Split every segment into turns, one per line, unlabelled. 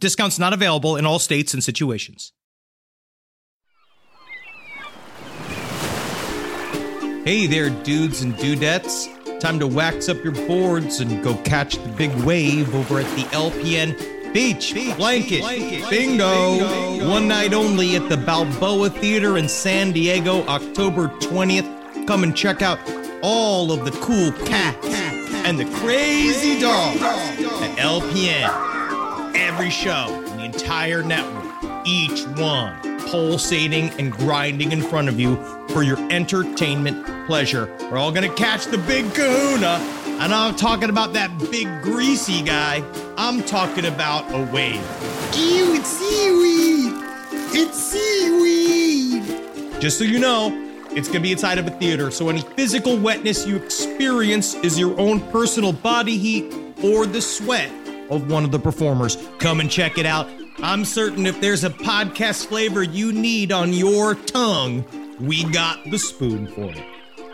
Discounts not available in all states and situations. Hey there, dudes and dudettes. Time to wax up your boards and go catch the big wave over at the LPN Beach, Blanket, Bingo. One night only at the Balboa Theater in San Diego, October 20th. Come and check out all of the cool cats and the crazy dogs at LPN. Every show, in the entire network, each one pulsating and grinding in front of you for your entertainment pleasure. We're all gonna catch the big kahuna and I'm not talking about that big greasy guy. I'm talking about a wave.
Ew, it's seaweed! It's seaweed!
Just so you know, it's gonna be inside of a theater, so any physical wetness you experience is your own personal body heat or the sweat of one of the performers. Come and check it out. I'm certain if there's a podcast flavor you need on your tongue, we got the spoon for it.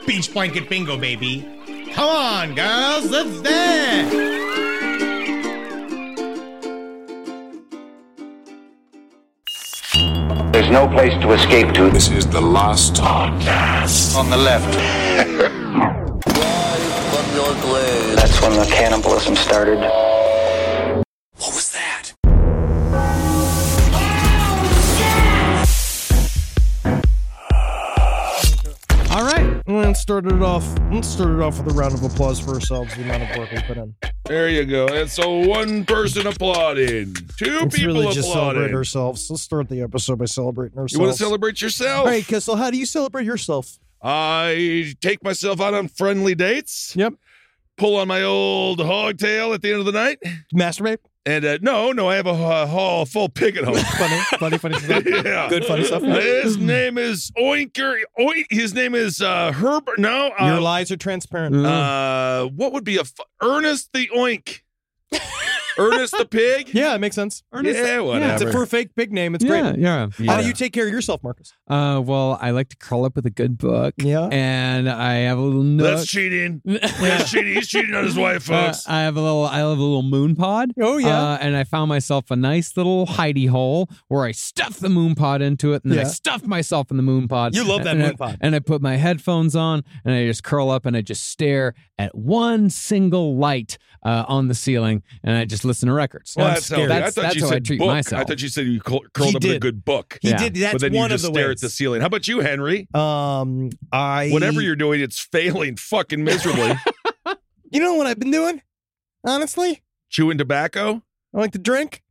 Beach blanket bingo, baby. Come on, girls, let's dance!
There's no place to escape to.
This is the last podcast
on the left. That's when the cannibalism started.
What was that?
All right, let's start it off. Let's start it off with a round of applause for ourselves. The amount of work we put in.
There you go. And so one person applauding, 2
Let's
people
really just celebrate
applauding.
ourselves. Let's start the episode by celebrating ourselves.
You want to celebrate yourself?
All right, Kissel. How do you celebrate yourself?
I take myself out on friendly dates.
Yep.
Pull on my old hog tail at the end of the night,
Masturbate.
and uh, no, no, I have a, uh, whole full pig at home.
Funny, funny, funny stuff.
yeah. Uh,
Good funny stuff.
His name is Oinker. Oink, his name is uh, Herbert. No,
Your
uh,
lies are transparent.
uh, what would be a f- Ernest the Oink? Ernest the pig.
yeah, it makes sense.
yeah,
Yeah, it's
whatever.
a, for a fake big name. It's
yeah,
great.
yeah.
How do you take care of yourself, Marcus?
Uh, well, I like to curl up with a good book.
Yeah.
and I have a little
That's
nook.
cheating.
Yeah.
That's cheating. He's cheating on his wife,
Uh,
folks.
I have a little. I have a little moon pod.
Oh, yeah.
uh, and I found myself a nice little hidey hole where I stuffed the moon pod into it, and then I
Yeah.
stuffed myself in the moon pod.
You love that
and
moon
I-
pod.
And I put my headphones on, and I just curl up, and I just stare at one single light uh, on the ceiling, and I just listen to records.
well,
I'm
that's
scared.
healthy.
That's-
I thought
that's
you
how
said
I treat
book.
myself.
I thought you said you cur-
He
curled up with a
did.
good book.
He
Yeah.
did. That's
but then
one
you just
of the
stare
ways.
at the ceiling. How about you, Henry?
Um, I
Whatever you're doing, it's failing fucking miserably.
You know what I've been doing? Honestly,
Chewing tobacco.
I like to drink.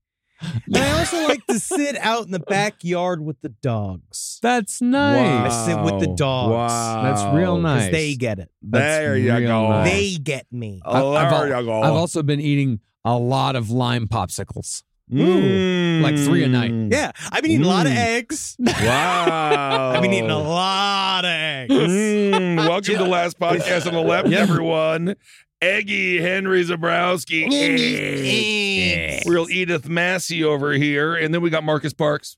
And I also like to sit out in the backyard with the dogs.
That's nice.
I sit with the dogs.
Wow.
That's real
Because
nice. Oh.
they get it.
That's
There you
real
go.
nice.
They get me.
I've- I've al-
there you go.
I've also been eating a lot of lime popsicles. like three a night.
Mm.
Yeah. I've been eating a lot of
Mm.
eggs.
Wow.
I've been eating a lot of eggs.
Oh. Mm, welcome to last podcast on the left,
Yeah.
everyone. Eggy Henry Zabrowski.
Eggs.
Real Edith Massey over here. And then we got Marcus Parks.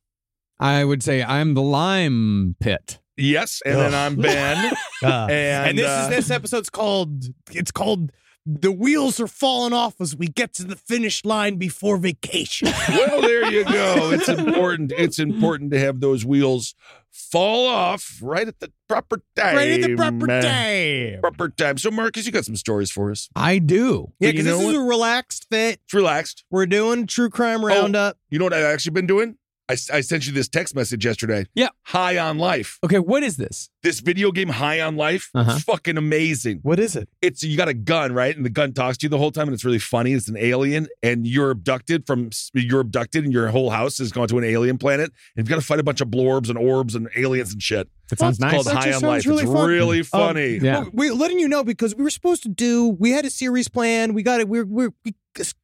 I would say I'm the lime pit.
Yes. And
Ugh.
then I'm Ben.
Uh,
And,
and this
uh,
is this episode's called it's called
the wheels are falling off as we get to the finish line before vacation.
well, there you go. It's important. It's important to have those wheels fall off right at the proper time.
right at the proper time.
Proper time. So, Marcus, you got some stories for us.
I do.
Yeah,
But you
because this
know
is a relaxed fit.
It's relaxed. Oh,
We're doing true crime roundup.
You know what I've actually been doing? I, I sent you this text message yesterday.
Yeah.
High on life.
Okay, what is this?
This video game, High on Life,
Uh-huh.
is fucking amazing.
What is it?
It's you got a gun, right? And the gun talks to you the whole time, and it's really funny. It's an alien, and you're abducted from you're abducted, and your whole house has gone to an alien planet, and you've got to fight a bunch of blorbs and orbs and aliens and shit.
That sounds
It's
nice.
called High
Actually
on
sounds
Life.
really
it's
fun.
really funny.
Yeah.
Oh, we letting you know because we were supposed to do. We had a series plan. We got it. We're we're we,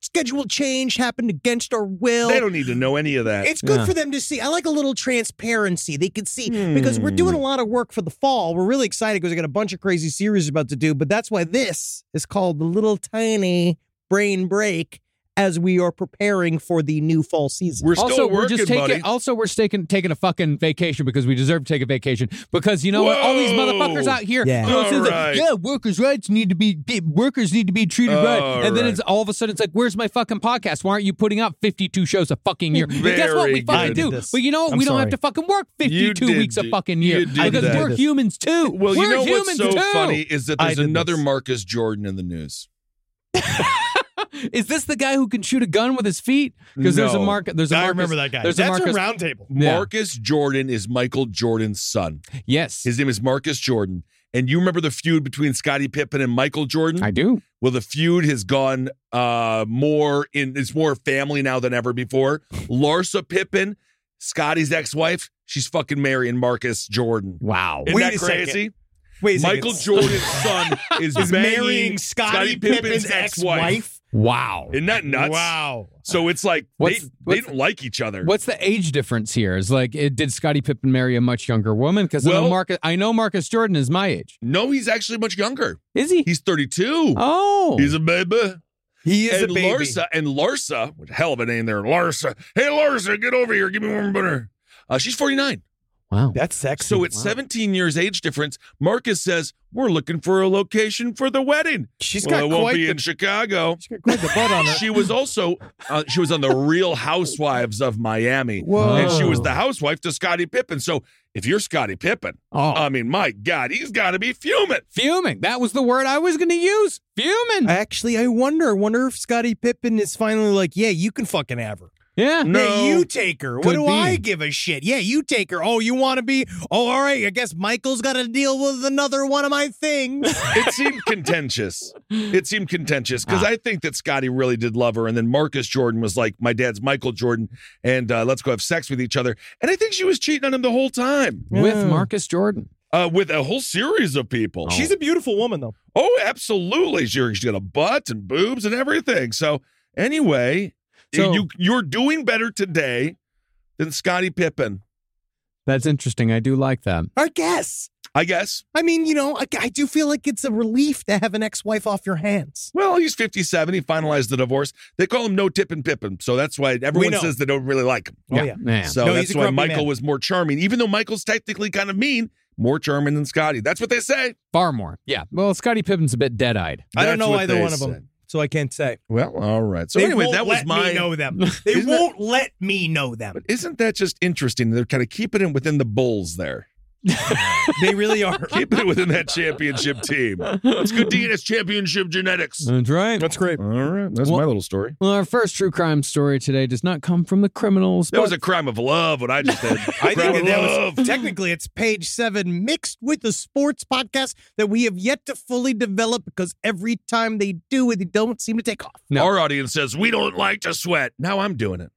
schedule change happened against our will.
They don't need to know any of that.
It's good
Yeah.
for them to see. I like a little transparency. They can see because we're doing a lot of work for the fall. We're really excited because we got a bunch of crazy series about to do. But that's why this is called the little tiny brain break as we are preparing for the new fall season.
We're still
also,
working,
we're just taking.
buddy.
Also, we're taking taking a fucking vacation because we deserve to take a vacation. Because you know what? All these
Whoa.
motherfuckers out here.
Yeah.
You know, it
All
says like,
right.
yeah, workers' rights need to be, be- workers need to be treated
All
right. And then
right.
it's all of a sudden it's like, where's my fucking podcast? Why aren't you putting out fifty two shows a fucking year? And guess what?
Very
We fucking
good. I did
do.
this.
But you know what?
I'm
we don't
sorry.
have to fucking work
You
fifty two
did
weeks a
do-
fucking
you
year
did
because
that.
we're humans too.
Well,
we're
you know what's
humans
so
too.
funny is that
I
there's
did
another
this.
Marcus Jordan in the news.
Is this the guy who can shoot a gun with his feet? Because there's a
No.
market. There's a Marcus, There's a Marcus.
roundtable.
Yeah.
Marcus Jordan is Michael Jordan's son.
yes,
His name is Marcus Jordan. And you remember the feud between Scottie Pippen and Michael Jordan?
I do.
well, the feud has gone uh more in it's more family now than ever before. Larsa Pippen, Scottie's ex-wife, she's fucking marrying Marcus Jordan.
Wow.
Isn't
Wait
that
a second.
crazy?
Wait,
Michael Jordan's son is,
is
banging
marrying Scottie, Pippen's ex-wife.
Wow.
Isn't that nuts?
Wow.
So it's like
What's-
they,
what's-
they don't like each other.
What's the age difference here? Is like, it, did Scottie Pippen marry a much younger woman? Because I know
Well-
Marcus. I know Marcus Jordan is my age.
No, he's actually much younger.
Is he?
He's 32.
oh,
He's a baby.
He is
and
a baby.
Larsa and Larsa, what a hell of a name there. Larsa. Hey Larsa, get over here. Give me one butter. Uh, she's 49.
wow.
That's sexy.
So it's 17 years age difference. Marcus says, We're looking for a location for the wedding.
she's
well, it
got
won't
quite
be
the,
in Chicago.
she's got quite the butt on her.
She was also uh, she was on the Real Housewives of Miami.
Whoa.
And she was the housewife to Scottie Pippen. So if you're Scottie Pippen,
oh,
I mean, my God, he's got to be fuming.
fuming. That was the word I was going to use. Fuming.
Actually, I wonder. I wonder if Scottie Pippen is finally like, yeah, you can fucking have her.
yeah.
No.
Yeah, you take her. what
Could
do
be.
I give a shit? Yeah, you take her. Oh, you want to be? Oh, all right. I guess Michael's got to deal with another one of my things.
It seemed contentious. It seemed contentious because I think that Scotty really did love her. And then Marcus Jordan was like, my dad's Michael Jordan, and uh, let's go have sex with each other. And I think she was cheating on him the whole time
With Marcus Jordan.
uh, with a whole series of people.
She's a beautiful woman, though.
Oh, absolutely. She- She's got a butt and boobs and everything. So anyway,
So-
you you're doing better today than Scottie Pippen,
That's interesting. I do like that.
I guess.
I guess.
I mean, you know, I, I do feel like it's a relief to have an ex-wife off your hands.
Well, he's 57. He finalized the divorce. They call him No Tip and Pippin. So that's why everyone
know.
says they don't really like him.
Oh, yeah.
So
No, he's
that's
a
why
grumpy
Michael
man.
was more charming. Even though Michael's technically kind of mean, more charming than Scotty. That's what they say.
Far more. Yeah. Well, Scottie Pippen's a bit dead eyed.
I don't
That's
know
what
either
they
one of
said.
them, so I can't say.
Well, all right. So
they
anyway,
won't
that was
let
my
me know them. They
Isn't
won't let me know them.
But isn't that just interesting? They're kind of keeping it within the Bulls there.
They really are.
Keeping it within that championship team. It's good to It's championship genetics.
That's right.
great.
All right. That's
Well-
my little story.
Well, our first true crime story today does not come from the criminals.
That was
but-
a crime of love, what I just
I
said. Crime
think
of
that, that
love.
was technically it's page seven mixed with the sports podcast that we have yet to fully develop because every time they do it, they don't seem to take off.
No.
Our audience says, we don't like to sweat. Now I'm doing it.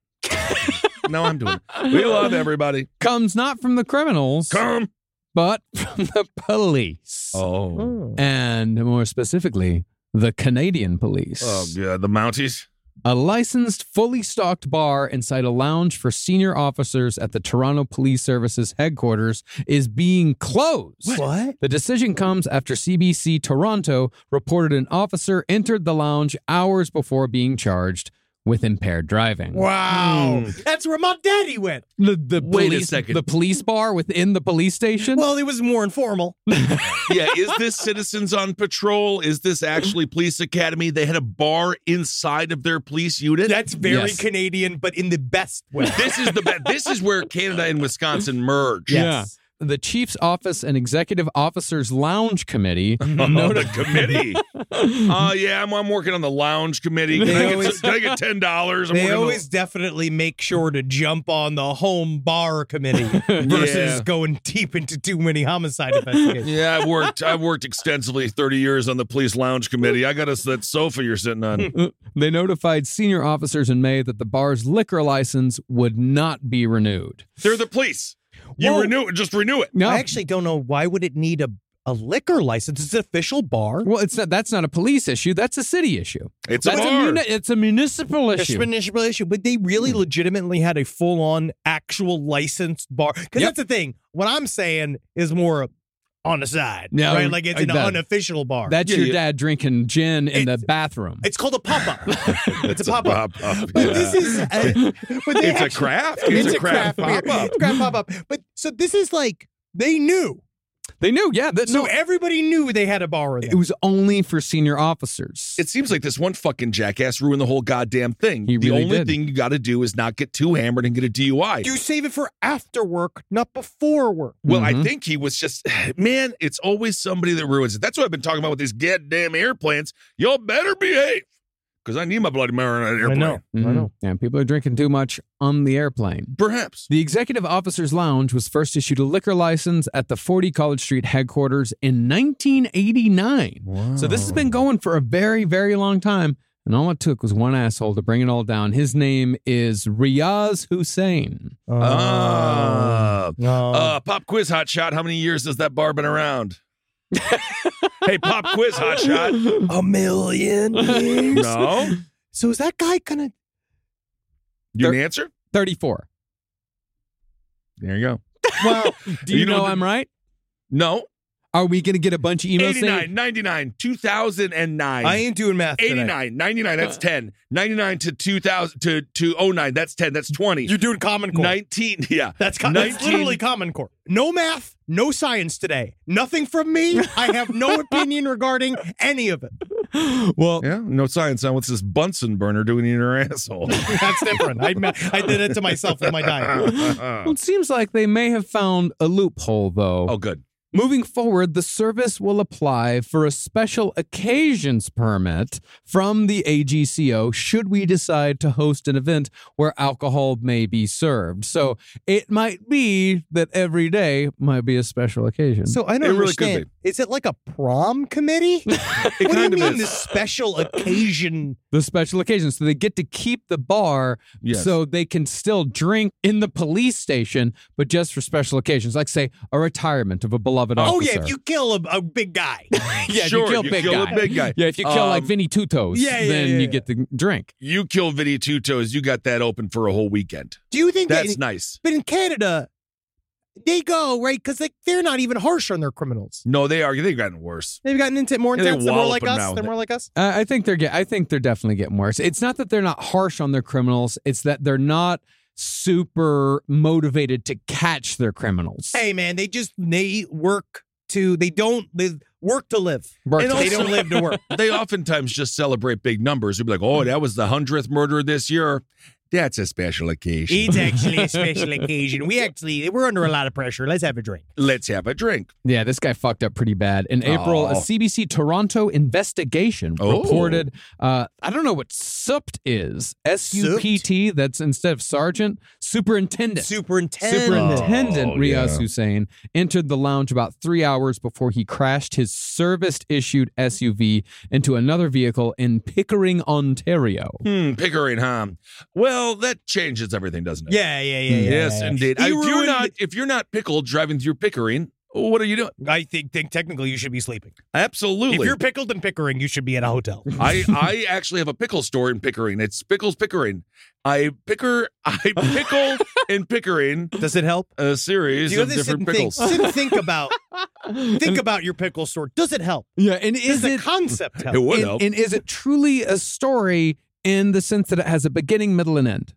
now I'm doing it. We love everybody.
comes not from the criminals,
Come.
but from the police.
Oh.
and more specifically, the Canadian police.
Oh, God. The Mounties.
a licensed, fully stocked bar inside a lounge for senior officers at the Toronto Police Services headquarters is being closed.
What?
The decision comes after CBC Toronto reported an officer entered the lounge hours before being charged with impaired driving.
Hmm.
Wow. oh, That's where my daddy went.
The, the
Wait a
police,
second.
The police bar within the police station?
Well, it was more informal.
yeah, is this Citizens on Patrol? Is this actually Police Academy? They had a bar inside of their police unit.
That's very
Yes.
Canadian, but in the best way.
this is the be- this is where Canada and Wisconsin merge.
Yes.
the chief's office and executive officers lounge committee
Uh-huh.
No, the committee. uh, yeah, I'm, I'm working on the lounge committee. Can,
They
I, get,
always-
can I get ten dollars?
They always definitely make sure to jump on the home bar committee versus
Yeah.
going deep into too many homicide investigations.
Yeah, I've worked. I've worked extensively, thirty years on the police lounge committee. I got us that sofa you're sitting on.
they notified senior officers in may that the bar's liquor license would not be renewed
They're the police. You
Whoa.
renew it. Just renew it.
no
I actually don't know why would it need a, a liquor license. It's an official bar.
well it's not that's not a police issue that's a city issue
It's a
that's
bar.
muni- it's a municipal
It's
issue
an initial issue, but they really legitimately had a full on actual licensed bar. Because
Yep.
that's the thing. What I'm saying is more on the side,
Yeah,
right? Like it's an
exactly.
unofficial bar.
that's
Yeah,
your
yeah.
dad drinking gin in the
It's-
bathroom
it's called a pop up. it's a pop up.
pop-up,
But
yeah.
this is, uh, but they
It's a
actually-
craft. It's, a craft,
beer.
pop-up.
It's a craft pop up. But so this is like they knew.
they knew yeah that,
So
no
everybody knew they had a bar in
it
there.
was only for senior officers
It seems like this one fucking jackass ruined the whole goddamn thing.
He
the
really
only
did.
thing you got to do is not get too hammered and get a DUI.
You save it for after work, not before work.
well, I
Mhm.
think he was just, man, it's always somebody that ruins it. That's what I've been talking about with these goddamn airplanes. Y'all better behave because I need my Bloody Mary on an airplane.
Mhm. yeah people are drinking too much on the airplane
Perhaps.
The Executive Officers Lounge was first issued a liquor license at the 40 College Street headquarters in 1989. So this has been going for a very, very long time. And all it took was one asshole to bring it all down. His name is Riaz Hussein.
Ah.
no.
Uh, pop quiz hot shot. How many years has that bar been around? hey, pop quiz hot shot.
a million years.
No,
So is that guy gonna?
you an answer?
34.
There you go.
Well, do you,
You know
know,
what-
I'm right?
No,
Are we going to get a bunch of emails
89,
saying
99, 2009.
I ain't doing math. tonight.
89, 99, that's 10. 99 to 2000 to, to 09, that's 10, that's 20.
You're doing Common Core.
19, yeah.
that's, co- that's
19
literally Common Core. No math, no science today. Nothing from me. I have no opinion regarding any of it.
Well,
Yeah, no science on what's this Bunsen burner doing in her asshole.
That's different. I ma- I did it to myself in my diet.
well,
oh,
it seems like they may have found a loophole, though.
good.
Moving forward, the service will apply for a special occasions permit from the AGCO should we decide to host an event where alcohol may be served. So it might be that every day might be a special occasion.
So I don't
It really could
understand. Is it like a prom committee? what do you
kind of
mean
is.
this special occasion?
the special occasion. So they get to keep the bar
Yes.
so they can still drink in the police station, but just for special occasions, like say a retirement of a beloved
Oh
officer.
yeah, if you kill a, a big guy.
yeah, if
Sure,
you kill,
you
big,
kill a
guy.
big guy.
Yeah, if you kill like
Um,
Vinny Tutos,
yeah, yeah,
then
yeah,
you
yeah.
get the drink.
You kill Vinny Two Toes, you got that open for a whole weekend.
Do you think that
That's nice.
But in Canada, they go right because like they're not even harsh on their criminals.
No, they are. They've gotten worse.
They've gotten into more
Yeah, they
intense. They're more like
wallop them
us.
now.
They're more like us.
Uh, I think they're get. I think they're definitely getting worse. It's not that they're not harsh on their criminals. It's that they're not super motivated to catch their criminals.
Hey man, they just they work to they don't they work to live.
Work
and
to
also,
live.
they don't live to work.
They oftentimes just celebrate big numbers. We'd be like, oh, that was the 100th murder this year. That's a special occasion.
It's actually a special occasion. We actually we're under a lot of pressure. Let's have a drink.
Let's have a drink.
Yeah, this guy fucked up pretty bad. In April, a
Oh.
CBC Toronto investigation
Oh.
reported. Uh, I don't know what SUPT is. S U P T. That's instead of sergeant, superintendent.
Superintendent.
Superintendent
Oh,
Riaz
yeah.
Hussein entered the lounge about three hours before he crashed his service issued SUV into another vehicle in Pickering, Ontario.
Hmm, Pickering, huh? Well, that changes everything, doesn't it?
Yeah, yeah, yeah, yeah.
Yes,
yeah.
indeed.
He
if you're
ruined-
not if you're not pickled driving through Pickering, what are you doing?
I think, think technically you should be sleeping.
Absolutely.
If you're pickled and pickering, you should be at a hotel.
I I actually have a pickle store in Pickering. It's Pickles Pickering. I picker I pickle in Pickering
Does it help?
a series
Do you
of
ever sit
different
and think-
pickles.
sit and think about think about your pickle store. Does it help?
Yeah, and
Is
is
the
it
concept help?
It would
and,
help.
and is it truly a story in the sense that it has a beginning, middle, and end?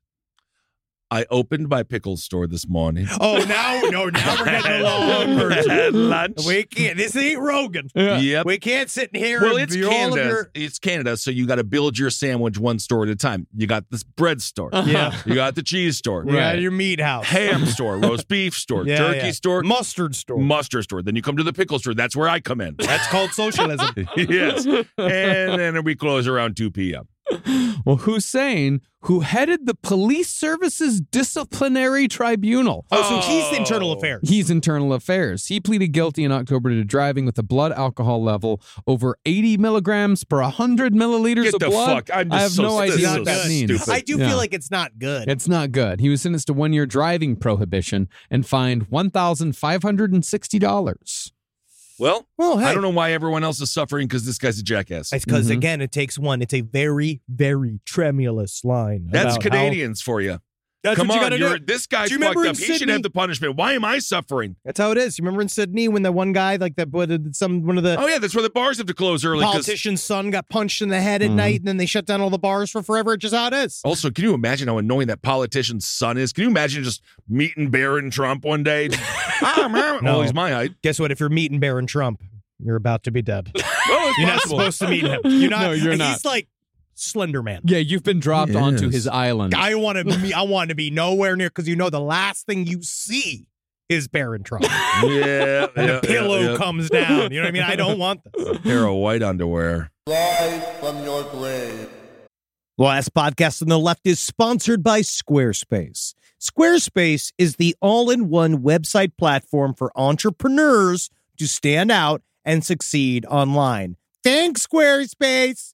I opened my pickle store this morning.
Oh, now, no, now we're getting a long
Had
version.
lunch.
We can't. This ain't Rogan.
Yep.
We can't sit in here.
Well,
and
it's
be all of
Canada.
your-
It's Canada, so you got to build your sandwich one store at a time. You got this bread store.
Yeah.
You got the cheese store.
We got your meat house.
Ham store, roast beef store,
Yeah,
turkey
yeah.
store,
mustard store.
mustard store. Then you come to the pickle store. That's where I come in.
That's called socialism.
yes. And then we close around 2 p.m.
Well, Hussein, who headed the police services disciplinary tribunal.
Oh, so he's internal affairs.
He's internal affairs. He pleaded guilty in October to driving with a blood alcohol level over 80 milligrams per 100 milliliters
Get
of
the
blood.
fuck- I'm
I
just
have
so-
no
this
is
idea what
so
that means.
stupid.
I do
Yeah.
feel like it's not good.
It's not good. He was sentenced to one year driving prohibition and fined $1,560.
Well,
well, hey,
I don't know Mm-hmm. why everyone else is suffering because this guy's a jackass.
It's because
Mhm.
again, it takes one. It's a very, very tremulous line. about
That's
how-
Canadians for you.
That's
Come
what you
on,
gotta
you're,
do.
this guy's
Do you
fucked
remember
up.
in
He should
Sydney-
have the punishment. Why am I suffering?
That's how it is. You remember in Sydney when that one guy, like that, what, did some one of the
Oh yeah, that's where the bars have to close
Oh,
early. 'cause-
Uh, politician's son got punched in the head at
Mhm.
night, and then they shut down all the bars for forever. It's just how it is.
Also, can you imagine how annoying that politician's son is? Can you imagine just meeting Barron Trump one day? Ah, man.
No.
Oh, he's my height.
Guess what? If you're meeting Barron Trump, you're about to be dead.
Oh, it's
You're not
possible.
supposed to meet him. You're not.
No, you're
and
not.
He's like Slender Man.
Yeah, you've been dropped onto
Yes.
his island.
I want to be. I want to be nowhere near because you know the last thing you see is Barron Trump.
yeah,
And
yeah,
the pillow
yeah, yeah.
comes down. You know what I mean? I don't want that.
Pair of white underwear.
Last podcast on the left is sponsored by Squarespace. Squarespace is the all in one website platform for entrepreneurs to stand out and succeed online. Thanks, Squarespace.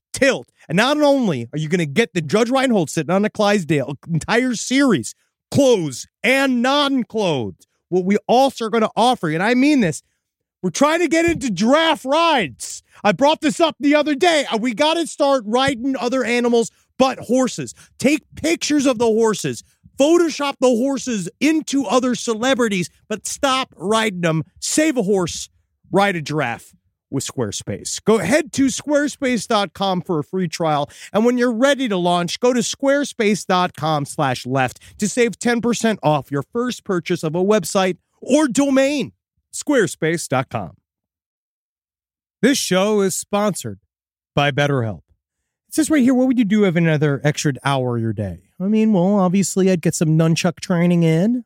tilt. And not only are you going to get the Judge Reinhold sitting on the Clydesdale entire series, clothes and non clothes, what we also are going to offer you, and I mean this, we're trying to get into giraffe rides. I brought this up the other day. Uh, We got to start riding other animals but horses. Take pictures of the horses. Photoshop the horses into other celebrities, but stop riding them. Save a horse, ride a giraffe with Squarespace. Go head to squarespace.com for a free trial. And when you're ready to launch, go to squarespace.com slash left to save 10% off your first purchase of a website or domain. Squarespace.com. This show is sponsored by BetterHelp. It says right here, what would you do if another extra hour of your day? I mean, well, obviously I'd get some nunchuck training in.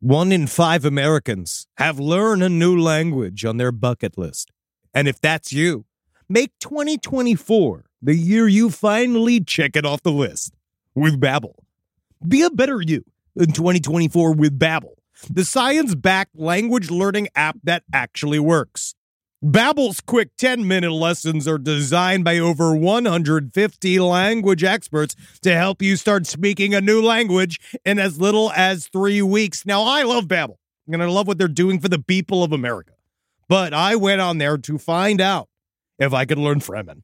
One in five Americans have learned a new language on their bucket list. And if that's you, make 2024 the year you finally check it off the list with Babbel. Be a better you in 2024 with Babbel, the science-backed language learning app that actually works. Babbel's quick 10-minute lessons are designed by over 150 language experts to help you start speaking a new language in as little as 3 weeks. Now, I love Babbel, and I love what they're doing for the people of America. But I went on there to find out if I could learn Fremen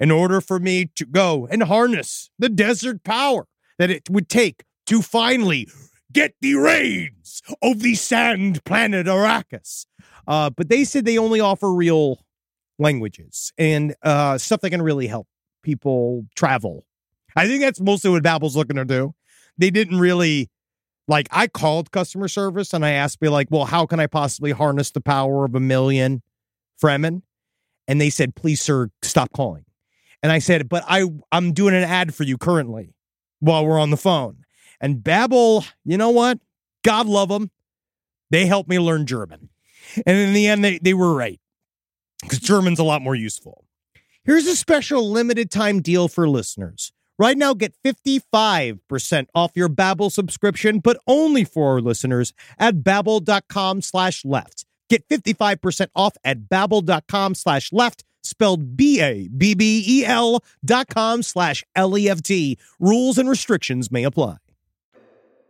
in order for me to go and harness the desert power that it would take to finally get the reins of the sand planet Arrakis. Uh, but they said they only offer real languages and uh, stuff that can really help people travel. I think that's mostly what Babbel's looking to do. They didn't really like I called customer service and I asked me like, well, how can I possibly harness the power of a million Fremen? And they said, please, sir, stop calling. And I said, but I I'm doing an ad for you currently while we're on the phone. And Babbel, you know what? God love them. They helped me learn German. And in the end, they, they were right because German's a lot more useful. Here's a special limited time deal for listeners. Right now, get 55% off your Babbel subscription, but only for our listeners at babbel.com slash left. Get 55% off at babbel.com slash left, spelled B-A-B-B-E-L E dot com slash L-E-F-T. Rules and restrictions may apply.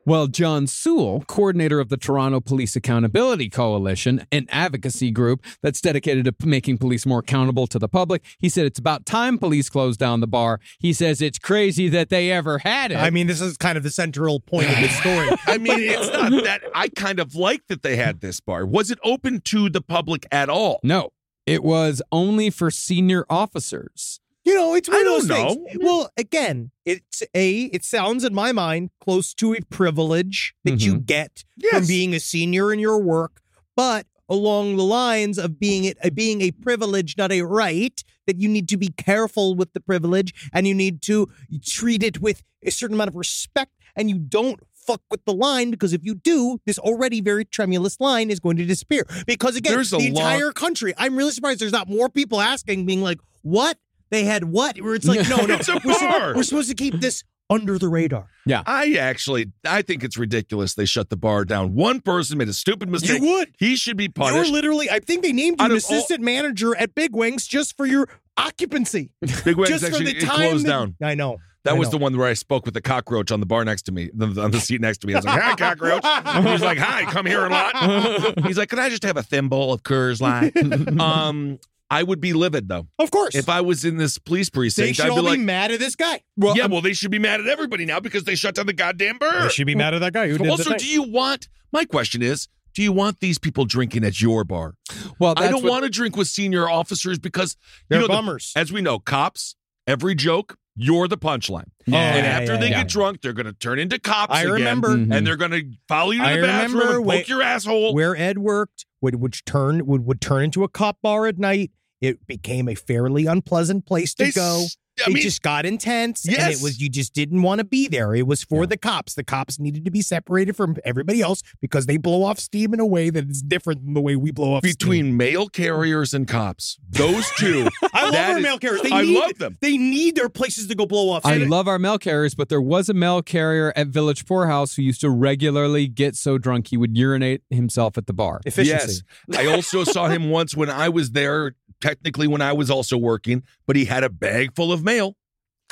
Well, John Sewell, coordinator of the Toronto Police Accountability Coalition, an advocacy group that's dedicated to p- making police more accountable to the public, he said it's about time police close down the bar. He says it's crazy that they ever had it.
I mean, this is kind of the central point of this story.
I mean, it's not that. I kind of like that they had this bar. Was it open to the public at all?
no, it was only for senior officers.
You know, it's one
I
of those
don't
things. Well, again, it's a. It sounds in my mind close to a privilege that you
Mm-hmm.
get from
Yes.
being a senior in your work, but along the lines of being it uh, being a privilege, not a right. That you need to be careful with the privilege, and you need to treat it with a certain amount of respect, and you don't fuck with the line because if you do, this already very tremulous line is going to disappear. Because again,
There's a
the
lot-
entire country. I'm really surprised there's not more people asking, being like, "What they had? What?" Where it's like, "No, no,
It's a
we're, su-
bar.
we're supposed to keep this under the radar."
I actually, I think it's ridiculous they shut the bar down. One person made a stupid mistake.
would.
He should be
You were
punished.
literally. I think they named you
Out
an
of
assistant manager at Big Wings just for your occupancy,
Big Wings
just for
actually
the
it
time
closed
that-
down.
I know
That
I
was
know.
the one where I spoke with the cockroach on the bar next to me, the- on the seat next to me. I was like, "Hi, cockroach." And He's like, "Hi, come here a lot." He's like, "Can I just have a thimble of Coors Light?" um, I would be livid though
Of course,
if I was in this police
they
precinct.
should
I'd be
all
like,
be mad at this guy.
"Yeah, well, they should be mad at everybody now because they shut down the goddamn bar."
be mad at that guy who
Also, do you want? My question is, do you want these people drinking at your bar?
Well,
I
that's
don't
what-
want to drink with senior officers because
They're
you know, the-
bummers.
as we know, cops. Every joke, you're the punchline.
Yeah,
and
yeah,
after
yeah,
they
yeah.
get drunk, they're going to turn into cops.
I
again,
remember.
Mhm.
and they're going to follow you to
I
the bathroom
remember
and poke
wait-
your asshole.
where Ed worked would would turn would would turn into a cop bar at night. It became a fairly unpleasant place to
They
go.
s- I
it
mean,
just got intense, and it
Yes.
was you just didn't want to be there. It was for the cops. The cops needed to be separated from everybody else because they blow off steam in a way that is different than the way we blow off steam.
between mail carriers and cops, those two.
I love
that
our
is-
mail carriers. They
I
need,
love them.
They need their places to go blow off.
I
steam.
love our mail carriers, but there was a mail carrier at Village Poorhouse who used to regularly get so drunk he would urinate himself at the bar.
efficiency.
Yes. I also saw him once when I was there, technically when I was also working, but he had a bag full of mail.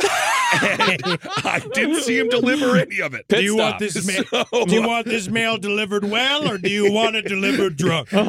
and I didn't see him deliver any of it.
Do you want
Pit stop.
this ma-
So-
want this mail delivered well, or do you want it delivered drunk?
yeah.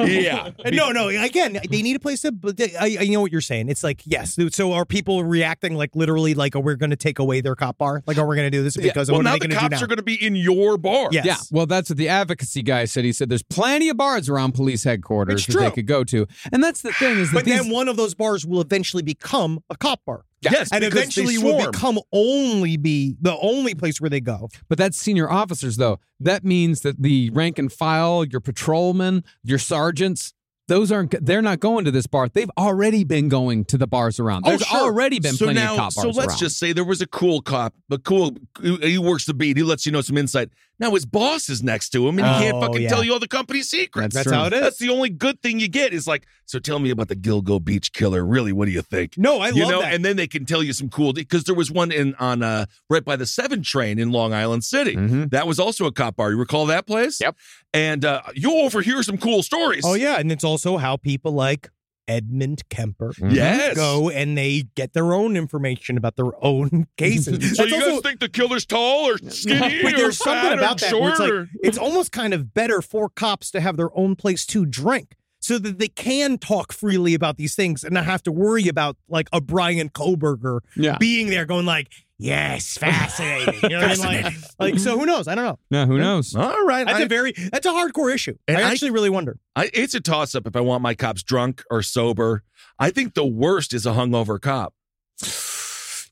Uh-huh. no, no. Again, they need a place to. But they- I, I know what you're saying. It's like yes. So are people reacting like literally like, oh, we're going to take away their cop bar? Like, oh, we're going to do this because
well,
what
now
are they
the
going to do
cops
now?
are going to be in your bar.
Yes.
Yeah, well, that's what the advocacy guy said. He said there's plenty of bars around police headquarters
It's
that
true.
they could go to, and that's the thing is that
But
these,
then one of those bars will eventually become a cop bar,
Yes.
and
because
eventually
they
will
swarm.
become only be the only place where they go.
But that's senior officers, though. That means that the rank and file, your patrolmen, your sergeants, Those aren't. They're not going to this bar. They've already been going to the bars around. There's
Oh, sure.
already been
so
plenty
now,
of cop bars
So let's
around.
just say there was a cool cop, a cool. He he works the beat. He lets you know some insight. Now his boss is next to him, and he
Oh,
can't fucking
yeah.
tell you all the company secrets.
That's That's true. how it
is. That's the only good thing you get is like. So tell me about the Gilgo Beach killer. Really, what do you think?
No, I love
you know,
that.
and then they can tell you some cool because there was one in on uh right by the seven train in Long Island City.
Mhm.
That was also a cop bar. You recall that place?
Yep.
And uh you'll overhear some cool stories.
oh yeah, and it's also how people like Edmund Kemper
Mm-hmm.
Yes.
go and they get their own information about their own cases.
So
That's
you
also-
guys think the killer's tall or skinny
But
or
there's
fat
something about
or
that where
short?
it's like
or-
it's almost kind of better for cops to have their own place to drink so that they can talk freely about these things and not have to worry about like a Brian Koberger
yeah.
being there going like, yes, fascinating. You know what I mean? Like, like, so who knows? I don't know.
No, who knows?
All right,
That's a
I-
very that's a hardcore issue. I
And I-
actually really wonder.
I, it's a toss up if I want my cops drunk or sober. I think the worst is a hungover cop.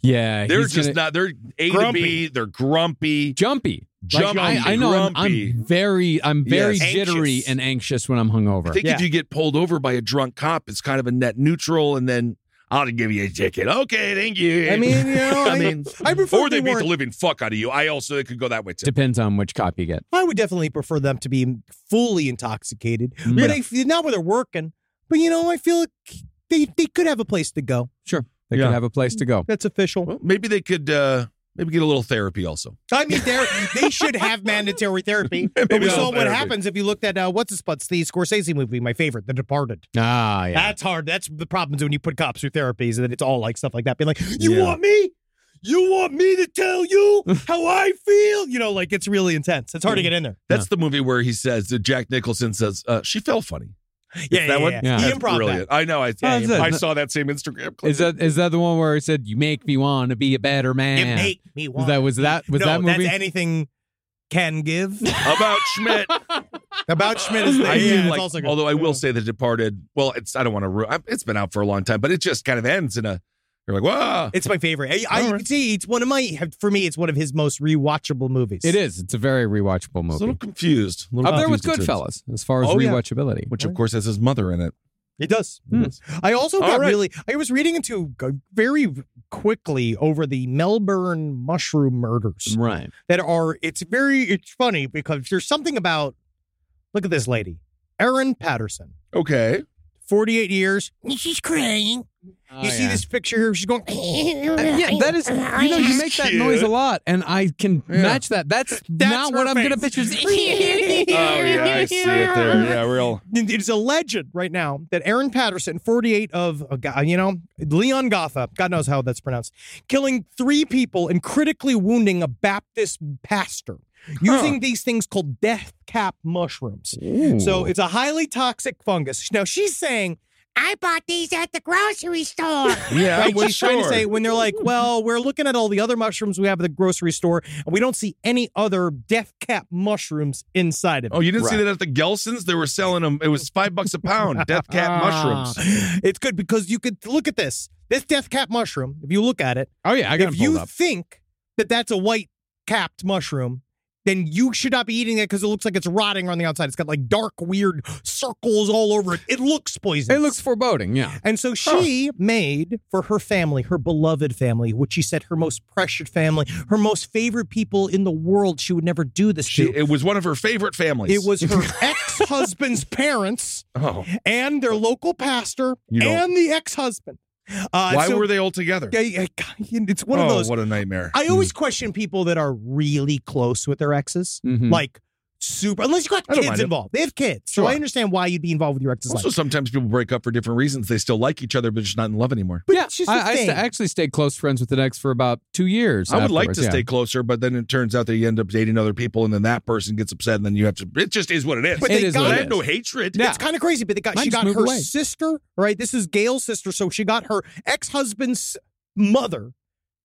Yeah,
They're
he's
just
gonna-
not. They're A
Grumpy.
to B. They're grumpy.
jumpy. Like,
Jumpy,
I, I know. I'm,
grumpy.
I'm very, I'm very
Yes.
jittery
Anxious.
and anxious when I'm hungover.
I think
Yeah.
if you get pulled over by a drunk cop, it's kind of a net neutral, and then I'll give you a ticket. Okay, thank you.
I mean, you know, I,
I mean,
I prefer
or
they
they beat the
weren't-
living fuck out of you. I also it could go that way too.
Depends on which cop you get.
I would definitely prefer them to be fully intoxicated.
Yeah.
But I feel not where they're working. But you know, I feel like they, they could have a place to go.
Sure, they
Yeah.
could have a place to go.
That's official.
Well, maybe they could uh maybe get a little therapy also.
I mean, there they should have mandatory therapy. But we
Maybe
saw
not
what
therapy.
happens if you looked at uh, what's his butt's the Scorsese movie, my favorite, The Departed.
Ah, yeah.
That's hard. That's the problems when you put cops through therapies, and then it's all like stuff like that. Being like, you
Yeah.
want me? You want me to tell you how I feel? You know, like it's really intense. It's hard to get in there.
That's the movie where he says that Jack Nicholson says uh, she felt funny.
Yeah, yeah,
that one?
yeah.
Yeah.
He
That's
improv
brilliant. I know. I,
that's it.
I saw that same Instagram clip.
Is that is that the one where it said you make me want to be a better
that.
man?
You make me
was
want.
that was that was
no,
that movie?
that's anything can give.
about Schmidt?
About Schmidt is the
I
yeah,
do
it's
like,
also good.
although I will say The Departed. Well, it's I don't want to. Ru- I- it's been out for a long time, but it just kind of ends in a. You're like, wow.
It's my favorite. I, I see. It's one of my. For me, it's one of his most rewatchable movies.
it is. It's a very rewatchable
I was
movie.
a little confused. A little
Up there with
confused at times.
Goodfellas as far as
Oh, yeah.
rewatchability.
which of course has his mother in it.
It does.
Hmm.
I also got
All right.
really. I was reading into g- very quickly over the Melbourne mushroom murders
Right.
that are. It's very. It's funny because there's something about. Look at this lady, Erin Patterson,
Okay.
48 years. She's crying.
Oh,
you see
yeah.
this picture here? She's going.
Uh, yeah, that is. You know, you make that noise a lot, and I can
Yeah.
match that. That's, not
her
what I'm
face.
gonna picture.
Oh yeah, I see it there. Yeah, real.
It's a legend right now that Aaron Patterson, 48 of, a guy, you know, Leon Gotha, God knows how that's pronounced, killing three people and critically wounding a Baptist pastor using these things called death cap mushrooms. So it's a highly toxic fungus. Now she's saying, I bought these at the grocery store.
Yeah,
Right?
well,
She's trying to
sure.
say when they're like, well, we're looking at all the other mushrooms we have at the grocery store, and we don't see any other death cap mushrooms inside of it.
Oh, you didn't see that at the Gelsons? They were selling them. It was five bucks a pound. Death cat
Oh,
Ah.
mushrooms.
It's good because you could look at this. This death cap mushroom, if you look at it,
Oh yeah, I got
if
it
you
pulled up.
think that that's a white capped mushroom, then you should not be eating it because it looks like it's rotting on the outside. It's got like dark, weird circles all over it. It looks poisonous.
It looks foreboding. Yeah.
And so she made for her family, her beloved family, which she said her most pressured family, her most favorite people in the world. She would never do this
She,
to.
it was one of her favorite families.
It was her ex husband's parents
Oh,
and their local pastor
You don't-
and the ex husband. Uh,
why
so-
were they all together?
Yeah, yeah, It's one
oh,
of those.
what a nightmare.
I always question people that are really close with their exes,
Mhm.
like super. Unless you got
Mm-hmm. I don't
kids
mind it.
involved, they have kids, so
Sure.
I understand why you'd be involved with your exes.
also,
life.
sometimes people break up for different reasons. They still like each other, but just not in love anymore.
But it's just a
I, I sta-
thing.
actually stayed close friends with an ex for about two years.
I would like
afterwards,
to
yeah.
stay closer, but then it turns out that you end up dating other people, and then that person gets upset, and then you have to. It just is what it is.
But
It
they
is
got
what
I
it
have
is.
no hatred.
Yeah.
It's kind of crazy, but they got
Mine
she
just
got
moved
her
away.
sister, right? This is Gail's sister, so she got her ex husband's mother,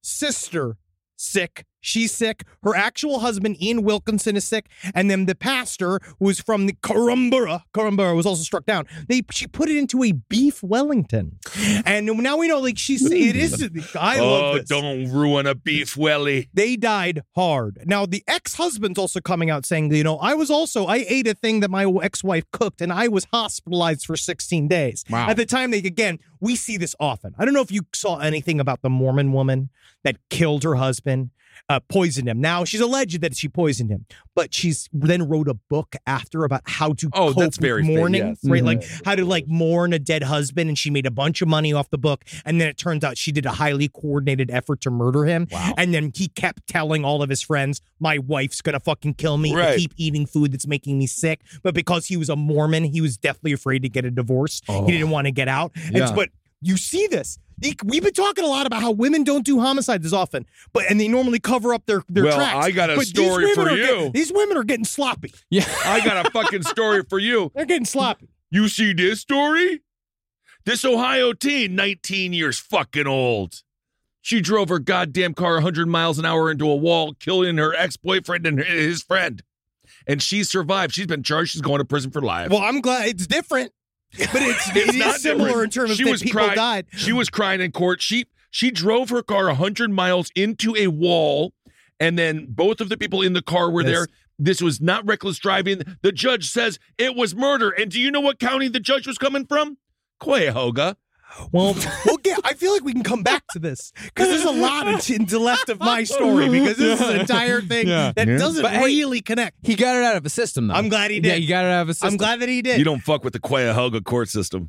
sister sick. She's sick. Her actual husband, Ian Wilkinson, is sick. And then the pastor, who is from the Corumbura, Corumbura, was also struck down. They She put it into a beef Wellington. And now we know, like, she's, it is, I love
oh,
this.
don't ruin a beef welly.
They died hard. Now, the ex husband's also coming out saying, you know, I was also, I ate a thing that my ex wife cooked and I was hospitalized for 16 days.
Wow.
At the time, they, again, we see this often. I don't know if you saw anything about the Mormon woman that killed her husband, uh, poisoned him. Now, she's alleged that she poisoned him, but she's then wrote a book after about how to
Oh,
cope
that's very
with
fa-
mourning,
yes. Mm-hmm.
right? Like how to like mourn a dead husband, and she made a bunch of money off the book. And then it turns out she did a highly coordinated effort to murder him. And then he kept telling all of his friends, "My wife's gonna fucking kill me. I
Right.
keep eating food that's making me sick." But because he was a Mormon, he was definitely afraid to get a divorce.
Oh.
He didn't want to get out. And-
Yeah.
but you see this. It- We've been talking a lot about how women don't do homicides as often, but and they normally cover up their their
Well,
tracks.
I got a
But these
story
women
for
are getting-
you.
these women are getting sloppy.
Yeah.
I got a fucking story for you.
They're getting sloppy.
You see this story? This Ohio teen, 19 years fucking old. She drove her goddamn car 100 miles an hour into a wall, killing her ex boyfriend and his friend. And she survived. She's been charged. She's going to prison for life.
Well, I'm glad it's different, but it's, it's
not
similar
different.
in terms
She
that
was
people
crying-
died.
She was crying in court. She she drove her car 100 miles into a wall, and then both of the people in the car were
Yes.
there. This was not reckless driving. The judge says it was murder. And do you know what county the judge was coming from? Cuyahoga.
Well, we'll get. I feel like we can come back to this because there's a lot of t- to left of my story because this is an entire thing
Yeah.
that
Yeah.
doesn't
But hey-
really connect.
He got it out of a system, though.
I'm glad he
Yeah,
did.
he got it out of a system.
I'm glad that he did.
You don't fuck with the Cuyahoga court system.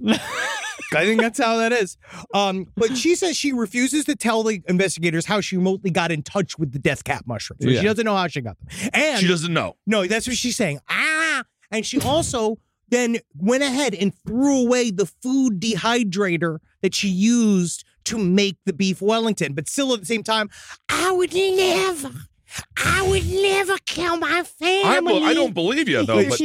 I think that's how that is. Um, but she says she refuses to tell the investigators how she remotely got in touch with the death cap mushrooms. So
Yeah.
She doesn't know how she got them. And
She doesn't know.
No, that's what she's saying. Ah, and she also then went ahead and threw away the food dehydrator that she used to make the beef Wellington. But still, at the same time, I would never, I would never kill my family.
I, be- I don't believe you though. But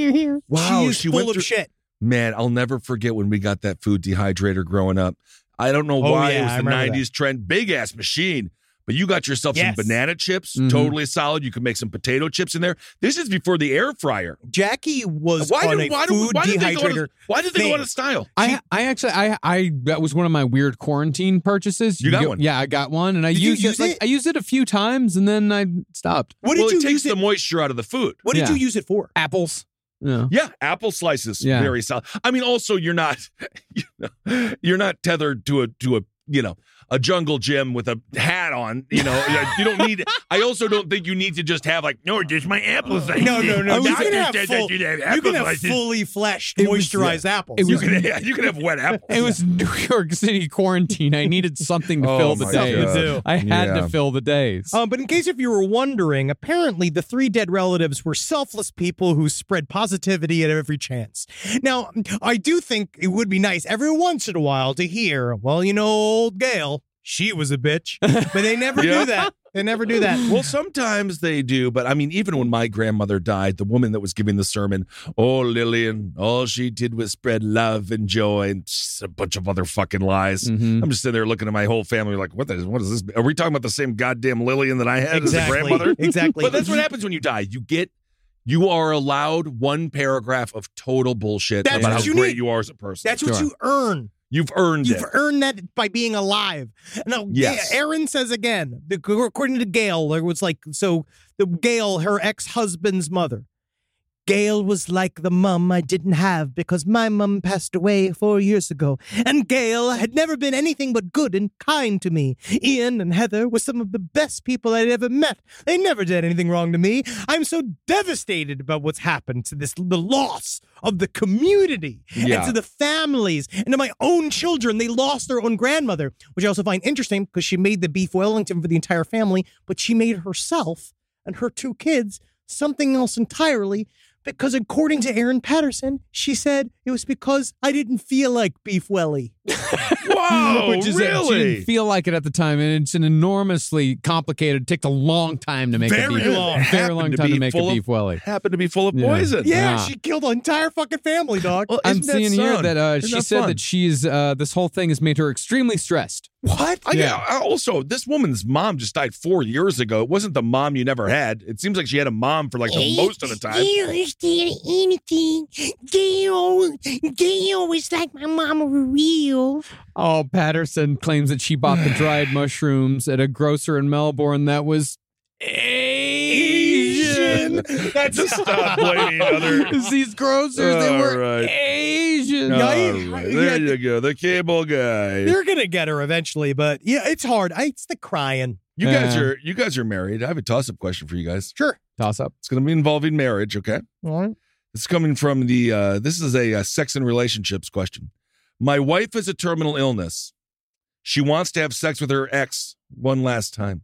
wow,
she is
she
full
went
of
through-
shit.
man, I'll never forget when we got that food dehydrator growing up. I don't know
Oh,
why
yeah,
it was
I
the
remember that.
'90s trend, big ass machine. But you got yourself
Yes.
some banana chips,
Mhm.
totally solid. You could make some potato chips in there. This is before the air fryer.
Jackie was on a
why,
food
why did they go out
dehydrator.
of, why did they
thing.
go out of style?
I, I actually I I that was one of my weird quarantine purchases.
You got
get-
one?
Yeah, I got one, and I
Did you
used
use
it, like,
it?
I used it a few times, and then I stopped.
What did
well,
you
it takes
use
the
it?
moisture out of the food.
What did
Yeah.
you use it for?
Apples. Yeah.
Yeah, apple slices,
Yeah.
very solid. I mean, also you're not, you know, you're not tethered to a to a you know a jungle gym with a hat on. You know, Yeah, you don't need. I also don't think you need to just have like no, just my apple slices.
No, no, no.
The
You can
doctor
have,
says I
full,
should have
you
apple
can have
slices.
fully fleshed,
It was-
moisturized apples.
It
You
was-
can, you can have wet apples.
It was New York City quarantine. I needed something to
Oh
fill the
my
days.
God.
I had
Yeah.
to fill the days.
Um, but in case if you were wondering, apparently the three dead relatives were selfless people who spread positivity at every chance. Now, I do think it would be nice every once in a while to hear, well, you know, old Gail, she was a bitch, but they never
Yeah.
do that. They never do that.
Well, sometimes they do, but I mean, even when my grandmother died, the woman that was giving the sermon, oh, Lillian, all she did was spread love and joy and just a bunch of other fucking lies.
Mm-hmm.
Mhm.
I'm just sitting there looking at my whole family like, what is, what is this? Are we talking about the same goddamn Lillian that I had as a
exactly.
grandmother?
Exactly.
But that's what happens when you die. You get, you are allowed one paragraph of total bullshit
That's
about
what
how
you
great
need.
you are as a person.
That's what
Sure.
you earn.
You've earned
You've
it.
earned that by being alive. Now,
Yes.
Ga- Aaron says again, the- according to Gail, there was like, so the Gail, her ex husband's mother, Gail was like the mum I didn't have because my mum passed away four years ago, and Gail had never been anything but good and kind to me. Ian and Heather were some of the best people I'd ever met. They never did anything wrong to me. I'm so devastated about what's happened to this, the loss of the community and
Yeah.
to the families and to my own children. They lost their own grandmother, which I also find interesting because she made the beef Wellington for the entire family, but she made herself and her two kids something else entirely because according to Aaron Patterson, she said it was because I didn't feel like beef welly.
Whoa,
Which is it. She
oh, really?
didn't feel like it at the time, and it's an enormously complicated. Took a long time to make a
Very
beef.
long.
very
Happened
long
to
time to
be
make a
full of-
beef welly.
Happened to be full of
Yeah.
poison.
Yeah,
Yeah.
she killed the entire fucking family, dog.
Well,
I'm
isn't
seeing here
sad?
that uh,
Isn't
she said
fun?
that she's uh, this whole thing has made her extremely stressed.
What? I,
Yeah.
I- also, this woman's mom just died four years ago. It wasn't the mom you never had. It seems like she had a mom for like the most of the time.
Is there anything? Gail, Gail is like my mama real.
Oh, Patterson claims that she bought the dried mushrooms at a grocer in Melbourne that was Asian.
That's just stop blaming other.
It's These grocers that were
All right.
Asian.
All
Yeah,
right.
he-
There you go. The cable guy.
They're gonna get her eventually, but yeah, it's hard. I, it's the crying.
You guys
Yeah.
are you guys are married. I have a toss up question for you guys.
Sure.
Toss up.
It's going to be involving marriage. Okay. It's coming from the. Uh, this is a, uh sex and relationships question. My wife has a terminal illness. She wants to have sex with her ex one last time.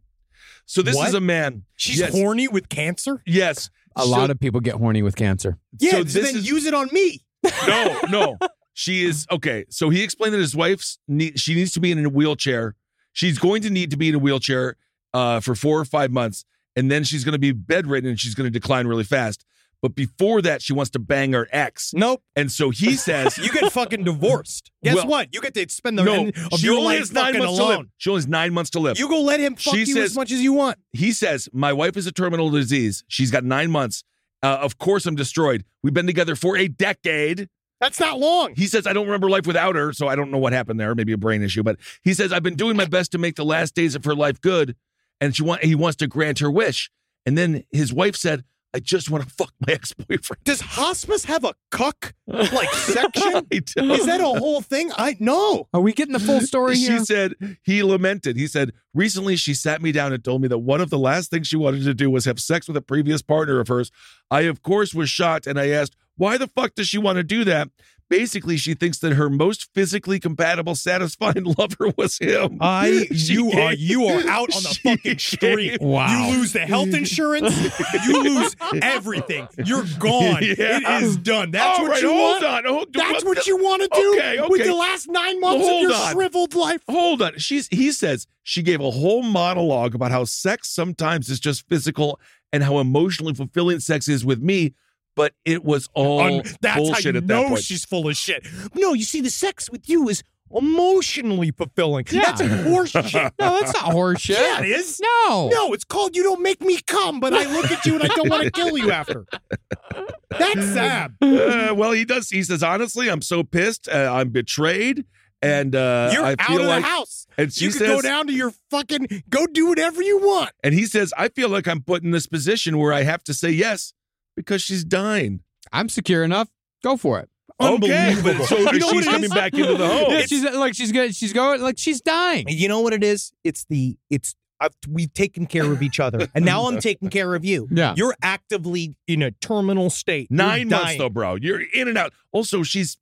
So this is
What?
a man.
She's
Yes.
horny with cancer.
Yes.
A lot of people get horny with cancer.
Yeah,
So
so
this
then
is-
use it on me.
no, no. She is okay. So he explained that his wife's need, she needs to be in a wheelchair. She's going to need to be in a wheelchair uh, for four or five months, and then she's going to be bedridden and she's going to decline really fast. But before that, she wants to bang her ex,
Nope.
and so he says,
You get fucking divorced. Guess
Well-
what? You get to spend the
"No,
end of
she
your
only
life
has nine
fucking
months to live.
alone.
She only has nine months to live."
You go let him fuck
She
you
says-
as much as you want.
he says, "My wife is a terminal disease. She's got nine months. Uh, of course, I'm destroyed. We've been together for a decade."
That's not long.
He says, I don't remember life without her, so I don't know what happened there. Maybe a brain issue, but he says, I've been doing my best to make the last days of her life good, and she want he wants to grant her wish. And then his wife said, I just want to fuck my ex boyfriend.
Does hospice have a cuck like section? Is
Is
that a whole thing? I no.
Are we getting the full story
She
here?
said he lamented. He said, Recently she sat me down and told me that one of the last things she wanted to do was have sex with a previous partner of hers. I, of course, was shocked and I asked, Why the fuck does she want to do that? Basically, she thinks that her most physically compatible, satisfying lover was him.
I
She
you are
gave-
you are out on the
she
fucking
gave-
street.
Wow.
You lose the health insurance. you lose everything. You're gone.
Yeah.
It is done. That's
All
what
right,
you
hold
want.
on. Hold,
That's what
the-
you want to do
Okay,
with
okay.
the last nine months of
Hold
your
on.
shriveled life.
Hold on. She's he says she gave a whole monologue about how sex sometimes is just physical and how emotionally fulfilling sex is with me, but it was all
Un- that's
bullshit
how you
at
know
that point.
she's full of shit. No, you see, the sex with you is emotionally fulfilling.
Yeah.
That's horse shit.
no, that's not horseshit.
yeah, it is.
No.
No, it's called You Don't Make Me Come, but I look at you and I don't want to kill you after. That's sad.
Uh, well, he does. He says honestly, I'm so pissed. Uh, I'm betrayed, and uh,
You're
I
out
feel
of
like.
the house.
And she
You can
says,
go down to your fucking, go do whatever you want.
and he says, I feel like I'm put in this position where I have to say yes because she's dying.
I'm secure enough. Go for it.
Okay, but
Unbelievable.
so
You know what
she's
it is?
coming back into the home.
yeah, she's like she's good. She's going like she's dying.
You know what it is? It's the, it's, I've, we've taken care of each other, and now I'm taking care of you.
Yeah.
You're actively in a terminal state. You're
9 months
dying.
though, bro. You're in and out. Also, she's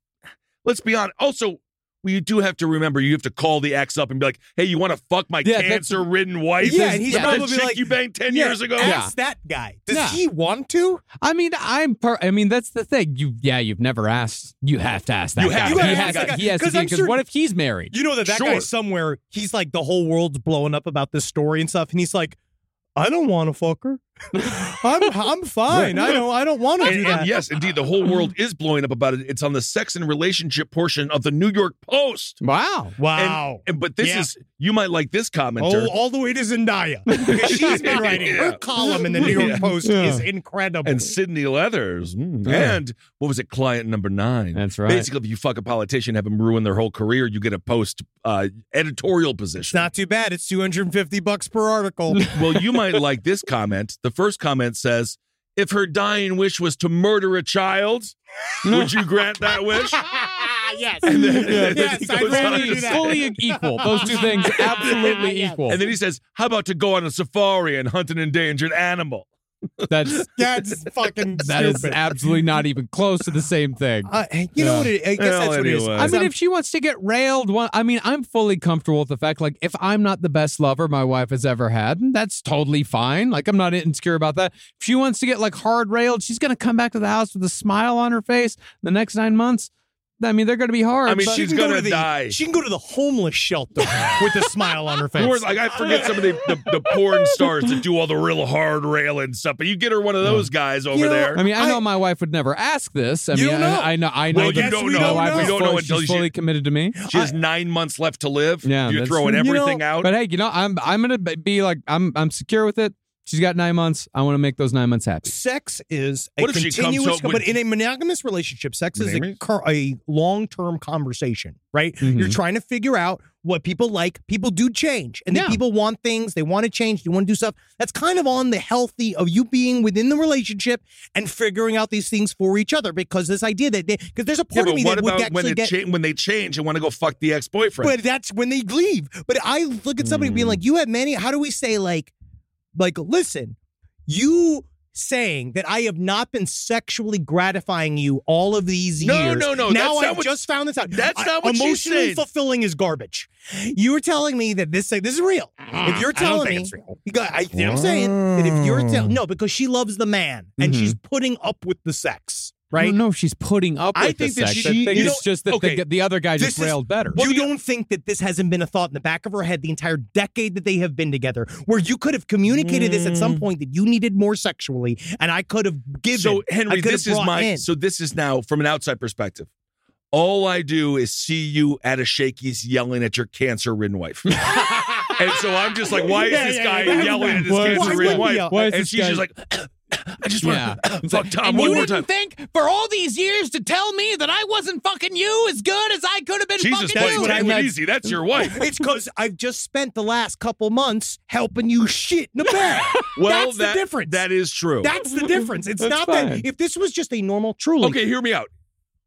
let's be honest. Also, we do have to remember you have to call the ex up and be like, hey, you want to fuck my
Yeah, that's-
cancer ridden wife?
Yeah, and he's
Remember
probably
the chick
like-
you banged ten
Yeah,
years ago.
Ask that guy. Does
Yeah.
he want to?
I mean, I'm. Per- I mean, that's the thing. You, yeah, you've never asked. You have to ask that.
You
guy.
have
He
to ask
has
that
guy.
He has to
'Cause
be.
I'm
Because
certain-
what if he's married?
You know that that
Sure.
guy somewhere, he's like the whole world's blowing up about this story and stuff, and he's like, I don't want to fuck her. I'm I'm fine. I don't I don't want to
And,
do
and
that.
yes, indeed, the whole world is blowing up about it. It's on the sex and relationship portion of the New York Post.
Wow.
And-
Wow.
and- but this
Yeah.
is you might like this
Oh,
commenter.
all the way to Zendaya. Because She's been writing her
Yeah.
column in the New York
Yeah.
Post
Yeah.
is incredible.
And Sydney Leathers. Mm.
Yeah.
And what was it, client number nine?
That's right.
Basically, if you fuck a politician, have him ruin their whole career, you get a post uh, editorial
it's
position.
not too bad. It's 250 bucks per article.
well, you might like this comment. The first comment says, if her dying wish was to murder a child, would you grant that wish?
yes.
And then, and then
Yes,
he
I'd
goes
rather
on
do
to
that.
say-
fully equal. Those two things absolutely
Yes.
equal.
and then he says, how about to go on a safari and hunt an endangered animal?
That's
That's fucking
that is
stupid.
absolutely not even close to the same thing.
Uh, you know what it, I guess
Well,
that's what it is.
anyway.
I
Because
mean, if she wants to get railed, one, I mean, I'm fully comfortable with the fact, like, if I'm not the best lover my wife has ever had, that's totally fine. Like, I'm not insecure about that. If she wants to get, like, hard railed, she's going to come back to the house with a smile on her face the next nine months. I mean, they're going to be hard.
I mean,
but-
she's
Go to
gonna
the-
die.
She can go to the homeless shelter with a smile on her face.
Or, like I forget some of the, the, the porn stars that do all the real hard railing stuff, but you get her one of those guys over
know,
there.
I mean, I, know
I-
my wife would never ask this. I
You
mean,
don't know.
I, I know, I know.
Well, you
that-
don't
my
know.
wife
You
is
don't know
fully-
until
she's
she-
fully committed to me.
she has nine months left to live.
Yeah,
you're
that's-
throwing
you know,
everything out.
But hey, you know, I'm I'm gonna be- be like I'm I'm secure with it. She's got nine months. I want to make those nine months happy.
sex is a
What if she comes
continuous,
up with-
but in a monogamous relationship, sex is a,
Monogamous?
cur- a long-term conversation, right?
Mhm.
Mm-hmm.
You're trying to figure out what people like. People do change, and then
Yeah.
people want things. They want to change. They want to do stuff. That's kind of on the healthy of you being within the relationship and figuring out these things for each other. Because this idea that because there's a
yeah,
part
but
of me
what
that would
about
actually
when, it
get.
cha- when they change and want to go fuck the ex boyfriend?
But that's when they leave. But I look at somebody being like, "You have many." How do we say like, like listen, you saying that I have not been sexually gratifying you all of these
No,
years.
no, no,
Now
that's not
I
what-
just found this out.
that's
I-
not what she
emotionally
said.
fulfilling is garbage. You're telling me that this thing this is real. If you're
I don't
telling
think
me,
it's real.
You got- I, you know what I'm saying that if you're telling no, because she loves the man and
Mhm.
she's putting up with the sex, right?
No, she's putting up. With
I
the
think that
sex.
she-
I think
you
it's
know-
just that
okay.
the, the other guy
This
just
is-
railed better.
you don't think that this hasn't been a thought in the back of her head the entire decade that they have been together, where you could have communicated this at
Mm.
some point that you needed more sexually, and I could have given.
so
I
Henry,
could have
this is
brought
my.
in.
So this is now from an outside perspective. All I do is see you at a shaky's yelling at your cancer-ridden wife. and so I'm just like, why is
Yeah,
this
yeah,
guy
yeah.
yelling at his
Why-
cancer-ridden
why would
wife?
we yell-
Why is
and
this
she's
guy-
just like, I just
Yeah.
want to fuck Tom one more time.
think for all these years to tell me that I wasn't fucking you as good as I could have been
Jesus,
fucking
buddy,
you.
take
And
it
that's-
easy. That's your wife.
it's because I've just spent the last couple months helping you shit in a bag.
Well,
That's the
that,
difference.
That is true.
That's the difference. It's
That's
not
fine.
that if this was just a normal, truly,
okay, hear me out.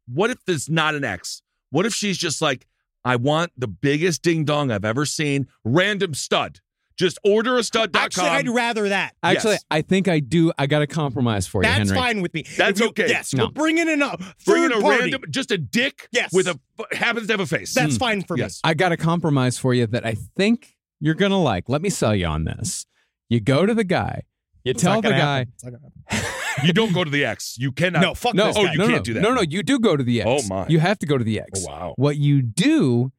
What if there's not an ex? What if she's just like, I want the biggest ding dong I've ever seen, random stud. Just order a stud.com.
actually, I'd rather that.
Actually,
Yes.
I think I do. I got a compromise for you,
That's
Henry.
fine with me.
That's
If you-
okay.
Yes,
No.
we're bringing in a
Bring in
third
a
party.
random, just a dick
Yes.
with a, happens to have a face.
Hmm.
Hmm.
That's fine for
Yes.
me.
I got a compromise for you that I think you're gonna like. Let me sell you on this. You go to the guy. You
It's
tell
not
the
gonna
guy.
happen. It's not gonna happen.
you don't go to the ex. You cannot.
No, fuck
No,
this
Oh,
guy.
you
no,
can't
no,
do that.
No, no, you do go to the
Oh,
ex.
my.
You have to go to the ex.
Oh, wow.
What you do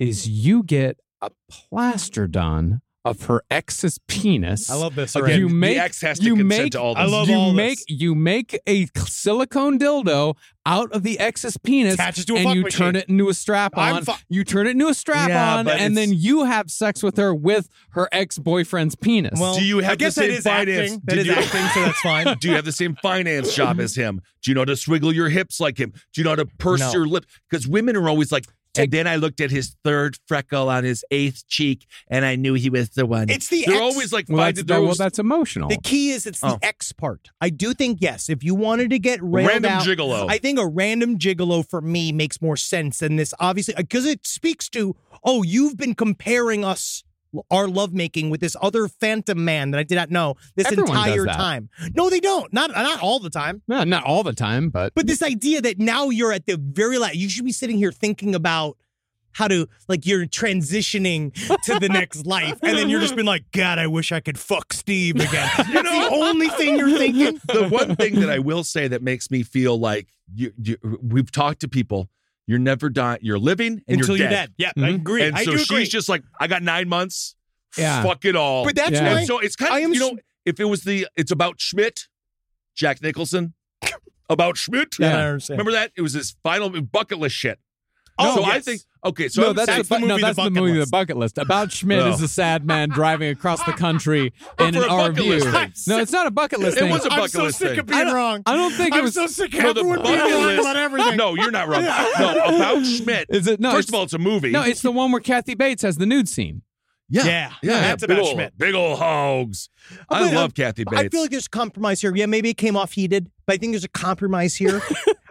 is you get a plaster done of her ex's penis.
I love this.
Again,
already.
you
the
make,
ex has to
you
consent
make,
to all
I this. love
you
all this.
make, You make a silicone dildo out of the ex's penis
Attach it to a
and
fuck
you
machine.
turn it into a strap
I'm
on.
fu-
you turn it into a strap
Yeah,
on,
but
and
it's-
then you have sex with her with her ex boyfriend's penis.
Well,
Do you have
I guess
the same
that is
finance?
acting.
Did
That is
you-
acting, so that's fine.
Do you have the same finance job as him? Do you know how to swiggle your hips like him? Do you know how to purse
No.
your lip? Because women are always like,
Take-
and then I looked at his third freckle on his eighth cheek and I knew he was the one.
It's the
They're
ex-
always like,
well,
find
that's,
it- they're
well,
always-
that's emotional.
The key is it's the
Oh.
X part. I do think yes. If you wanted to get railed
Random
out,
gigolo.
I think a random gigolo for me makes more sense than this. Obviously, because it speaks to oh, you've been comparing us our lovemaking with this other phantom man that I did not know this
Everyone does
entire
that.
time. No, they don't. Not not all the time.
Well, not all the time, but
But this idea that now you're at the very last, you should be sitting here thinking about how to, like, you're transitioning to the next life. And then you're just been like, God, I wish I could fuck Steve again. you know, the only thing you're thinking.
the one thing that I will say that makes me feel like you, you we've talked to people. You're never dying. You're living and
Until
you're
you're
dead. Mm-hmm.
dead. Yeah, I
Mhm.
agree.
And
I
so
do
she's
agree.
just like, I got nine months.
Yeah.
Fuck it all.
but that's
Yeah.
why.
And so it's kind
I
of
am
you
s-
know if it was the it's about Schmidt, Jack Nicholson, about Schmidt.
Yeah, I don't understand.
Remember that it was his final bucket list shit.
Oh,
so I
yes.
think okay. So
no,
I'm
that's,
saying-
the, bu- no,
movie, The
that's the,
Bucket
movie, The
List.
Bucket List. About Schmidt
No.
is a sad man driving across the country in an
Oh. for a bucket list thing.
RV. No, it's not a bucket list
It
thing.
was a
I'm
bucket
so
list
sick
thing.
of being
I don't-
wrong.
I don't think it
I'm
was-
so sick of
no, the
everyone being
bucket
wrong
list.
about everything.
No, you're not wrong. no, about Schmidt.
Is it- no,
First
it's-
of all, it's a movie.
no, it's the one where Kathy Bates has the nude scene.
yeah,
Yeah, that's
big
about
ol-
Schmidt.
Big old hogs. I
But, uh,
love Kathy Bates.
I feel like there's compromise here. Yeah, maybe it came off heated, but I think there's a compromise here.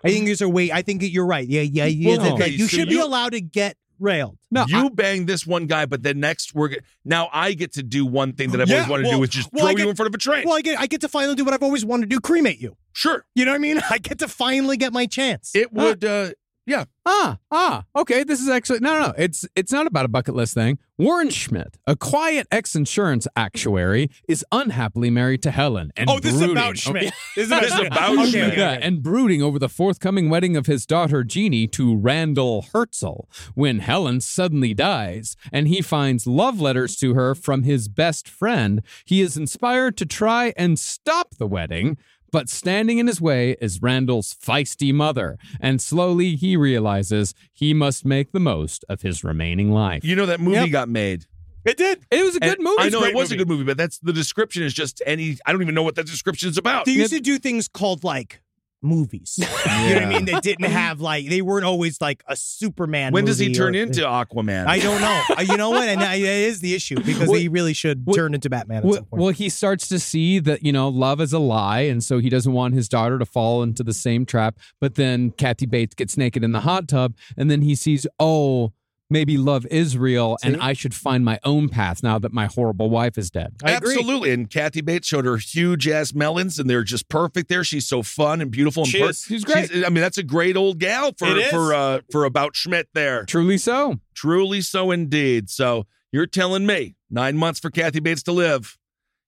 I think there's a way. I think that you're right. Yeah, yeah, yeah.
Well,
that-
okay,
that you
so
should be
you-
allowed to get railed.
No,
you bang this one guy, but then next we're g- now I get to do one thing that I've
Yeah,
always wanted to
well-
do, which is
well, I
throw
get-
you in front of a train.
Well, I get I get to finally do what I've always wanted to do: cremate you.
sure,
You know what I mean? I get to finally get my chance.
it would. uh Yeah.
Ah, ah, okay. This is actually no, no, no. It's it's not about a bucket list thing. Warren Schmidt, a quiet ex-insurance actuary, is unhappily married to Helen and
Oh, this is
brooding-
about Schmidt. This is about,
This is
Schmidt.
about
Okay,
Schmidt.
okay,
Yeah,
okay.
and brooding over the forthcoming wedding of his daughter Jeannie to Randall Herzl when Helen suddenly dies and he finds love letters to her from his best friend. He is inspired to try and stop the wedding, but standing in his way is Randall's feisty mother, and slowly he realizes he must make the most of his remaining life.
You know that movie
Yep.
got made.
It did.
It was a good
And
movie.
I know
great
it was
movie.
a good movie, but that's the description is just any. I don't even know what that description is about.
They used to do things called like movies. You know what I mean? They didn't have like they weren't always like a Superman.
when does he
movie
turn
or-
into Aquaman?
I don't know. Uh, you know what? And that that is the issue because
Well-
he really should
well-
turn into Batman at
Well,
some point.
well, he starts to see that, you know, love is a lie. And so he doesn't want his daughter to fall into the same trap. But then Kathy Bates gets naked in the hot tub. And then he sees, oh, maybe love is real. And I should find my own path now that my horrible wife is dead.
I agree.
Absolutely. And Kathy Bates showed her huge ass melons, and they're just perfect there. She's so fun and beautiful. And
She
per-
is.
She's great.
I mean, that's a great old gal for
It is.
for uh, for about Schmidt there.
Truly so.
Truly so indeed. So you're telling me nine months for Kathy Bates to live.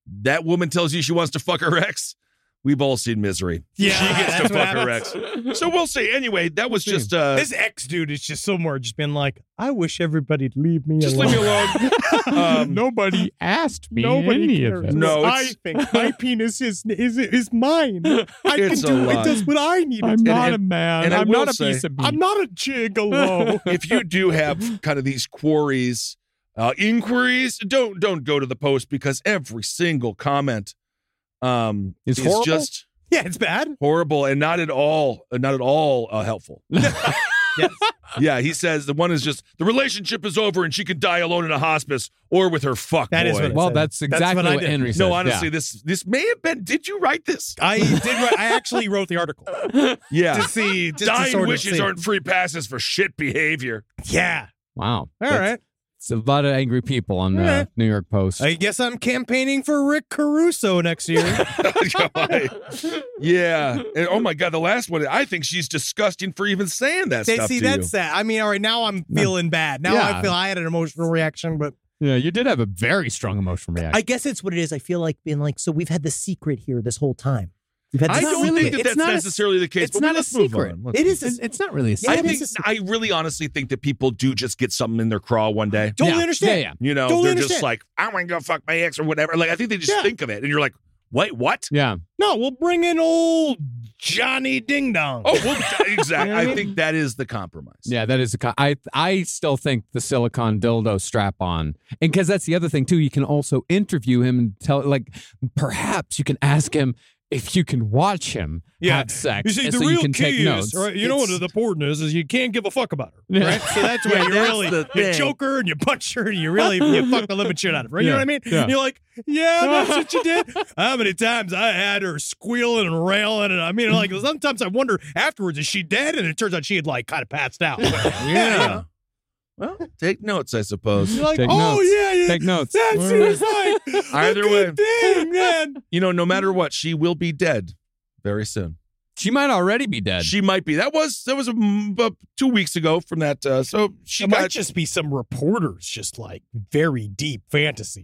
That woman tells you she wants to fuck her ex. We've all seen misery.
Yeah,
she gets
that's
to
what
fuck her ex.
happens.
So we'll see. Anyway, that was
See.
just uh,
This ex dude is just somewhere. Just
been like, I wish everybody'd leave me
just
alone.
leave me alone. Um,
Nobody asked me
Nobody
any
cares.
of this.
No,
I
it's-
think my penis is is is mine. I can
It's a
do
lie.
with this what I need.
I'm
to
not
and-
a man.
and I
I'm
will
not a
say-
piece of meat.
I'm not a gigolo.
if you do have kind of these quarries, uh, inquiries, don't don't go to the post because every single comment um,
Is
is
horrible?
just
yeah, it's bad.
horrible and not at all uh, not at all uh, helpful. Yeah, he says the one is just the relationship is over and she could die alone in a hospice or with her fuck
That
boy.
is what it
well,
said.
that's
what
exactly
I
what,
did.
Henry said.
no, honestly, this this may have been. Did you write this?
I did. Write, I actually wrote the article
Yeah.
to see just to
Dying
sort of
wishes
see.
aren't free passes for shit behavior.
Yeah.
Wow. All
All
right.
right.
It's a lot of angry people on the
All
uh,
right.
New York Post.
I guess I'm campaigning for Rick Caruso next year.
yeah. And, oh my god, the last one. I think she's disgusting for even saying that
they
stuff
see
to you.
that's sad. I mean, all right, now I'm feeling bad. Now
Yeah.
I feel I had an emotional reaction, but
yeah, you did have a very strong emotional reaction.
I guess it's what it is. I feel like being like, so we've had the secret here this whole time. We've had
I
the
not
don't
really-
think that
it's
that's
not a-
necessarily the case.
it's
but we-
not a
let's move
secret.
on. Let's
It
move
is.
on.
a-
It's- it's not really a
Yeah,
I
it is
think
a secret.
I really honestly think that people do just get something in their craw one day.
Totally
Yeah,
understand.
yeah, yeah.
You know,
Totally
they're just
understand.
like, I want to go fuck my ex or whatever. Like I think they just
Yeah.
think of it, and you're like, wait, what?
Yeah.
No, we'll bring in old Johnny Ding Dong.
Oh, well, exactly.
You know what I
I
mean?
think that is the compromise.
Yeah, that is a con- I I still think the silicon dildo strap on, and because that's the other thing too. You can also interview him and tell like perhaps you can ask him if you can watch him
Yeah.
have sex.
you see,
and
the
so
real
can take
key is
notes.
right, you know what the important is is you can't give a fuck about her.
Yeah.
Right? So that's
Yeah,
where you
that's
really
the
you
thing.
choke her and you punch her and you really you fuck the living shit out of her. You
Yeah,
know what I mean?
yeah.
You're like, yeah, that's what you did. How many times I had her squealing and railing and I mean like sometimes I wonder afterwards is she dead? And it turns out she had like kind of passed out.
Yeah. Well, take notes, I suppose.
You're like,
Take
oh
notes.
yeah, yeah.
Take notes.
That seems like
Either
a good
way.
thing, man.
You know, no matter what, she will be dead very soon.
She might already be dead.
She might be. That was that was mm, about two weeks ago from that. Uh, so she
It
got.
might just be some reporters, just like very deep fantasy.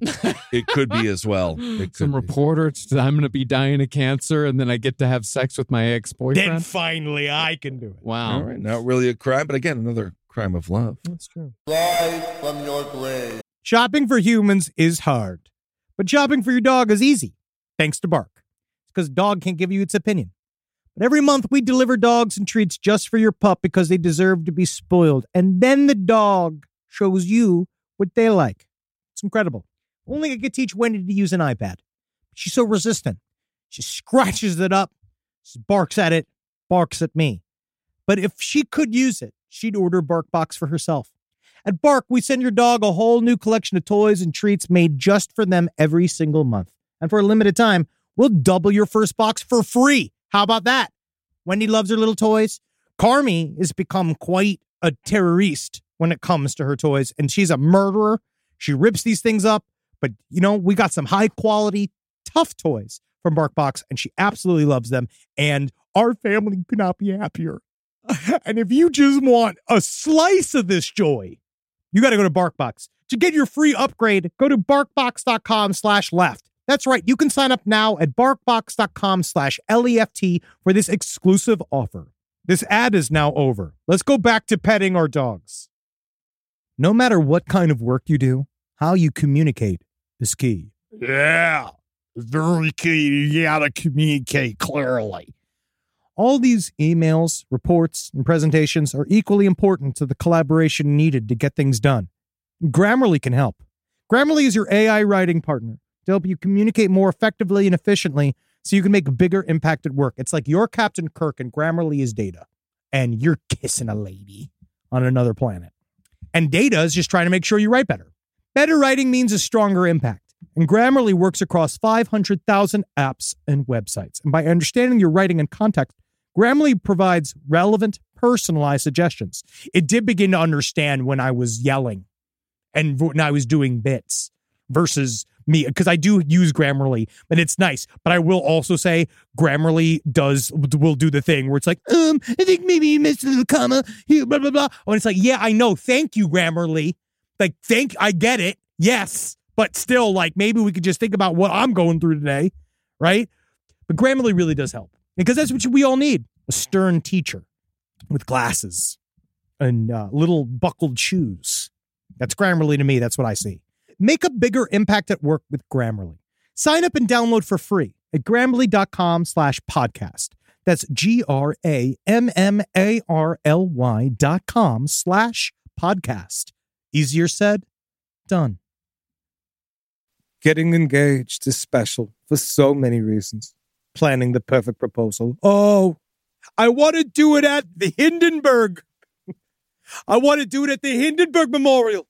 it could be as well. It could
Some
be.
reporter. it's- I'm going to be dying of cancer, and then I get to have sex with my ex
then
boyfriend.
finally, I can do it.
wow.
All right, not really a crime, but again, another crime of love.
Shopping for humans is hard, but shopping for your dog is easy, thanks to Bark. It's because dog can't give you its opinion. But every month we deliver dogs and treats just for your pup because they deserve to be spoiled. And then the dog shows you what they like. It's incredible. Only I could teach Wendy to use an iPad. She's so resistant. She scratches it up, she barks at it, barks at me. But if she could use it, she'd order BarkBox for herself. At Bark, we send your dog a whole new collection of toys and treats made just for them every single month. And for a limited time, we'll double your first box for free. How about that? Wendy loves her little toys. Carmi has become quite a terrorist when it comes to her toys, and she's a murderer. She rips these things up, but you know, we got some high quality, tough toys from BarkBox, and she absolutely loves them. And our family could not be happier. And if you just want a slice of this joy, you got to go to BarkBox. To get your free upgrade, go to BarkBox.com slash left. That's right. You can sign up now at BarkBox.com slash E L-E-F-T for this exclusive offer. This ad is now over. Let's go back to petting our dogs. No matter what kind of work you do, how you communicate is key.
Yeah. Very key. You gotta communicate clearly.
All these emails, reports, and presentations are equally important to the collaboration needed to get things done. Grammarly can help. Grammarly is your AI writing partner to help you communicate more effectively and efficiently so you can make a bigger impact at work. It's like your Captain Kirk and Grammarly is data, and you're kissing a lady on another planet. And data is just trying to make sure you write better. Better writing means a stronger impact. And Grammarly works across 500,000 apps and websites. And by understanding your writing and context, Grammarly provides relevant, personalized suggestions. It did begin to understand when I was yelling and when I was doing bits versus me, because I do use Grammarly and it's nice. But I will also say Grammarly does, will do the thing where it's like, um, I think maybe you missed a little comma here, blah, blah, blah. And it's like, yeah, I know. Thank you, Grammarly. Like, thank, I get it. Yes but still, like maybe we could just think about what I'm going through today, right? But Grammarly really does help because that's what we all need a stern teacher with glasses and uh, little buckled shoes. That's Grammarly to me. That's what I see. Make a bigger impact at work with Grammarly. Sign up and download for free at grammarly.com slash podcast. That's G R A M M A R L Y dot com slash podcast. Easier said, done.
Getting engaged is special for so many reasons. Planning the perfect proposal. Oh, I want to do it at the Hindenburg. I want to do it at the Hindenburg Memorial.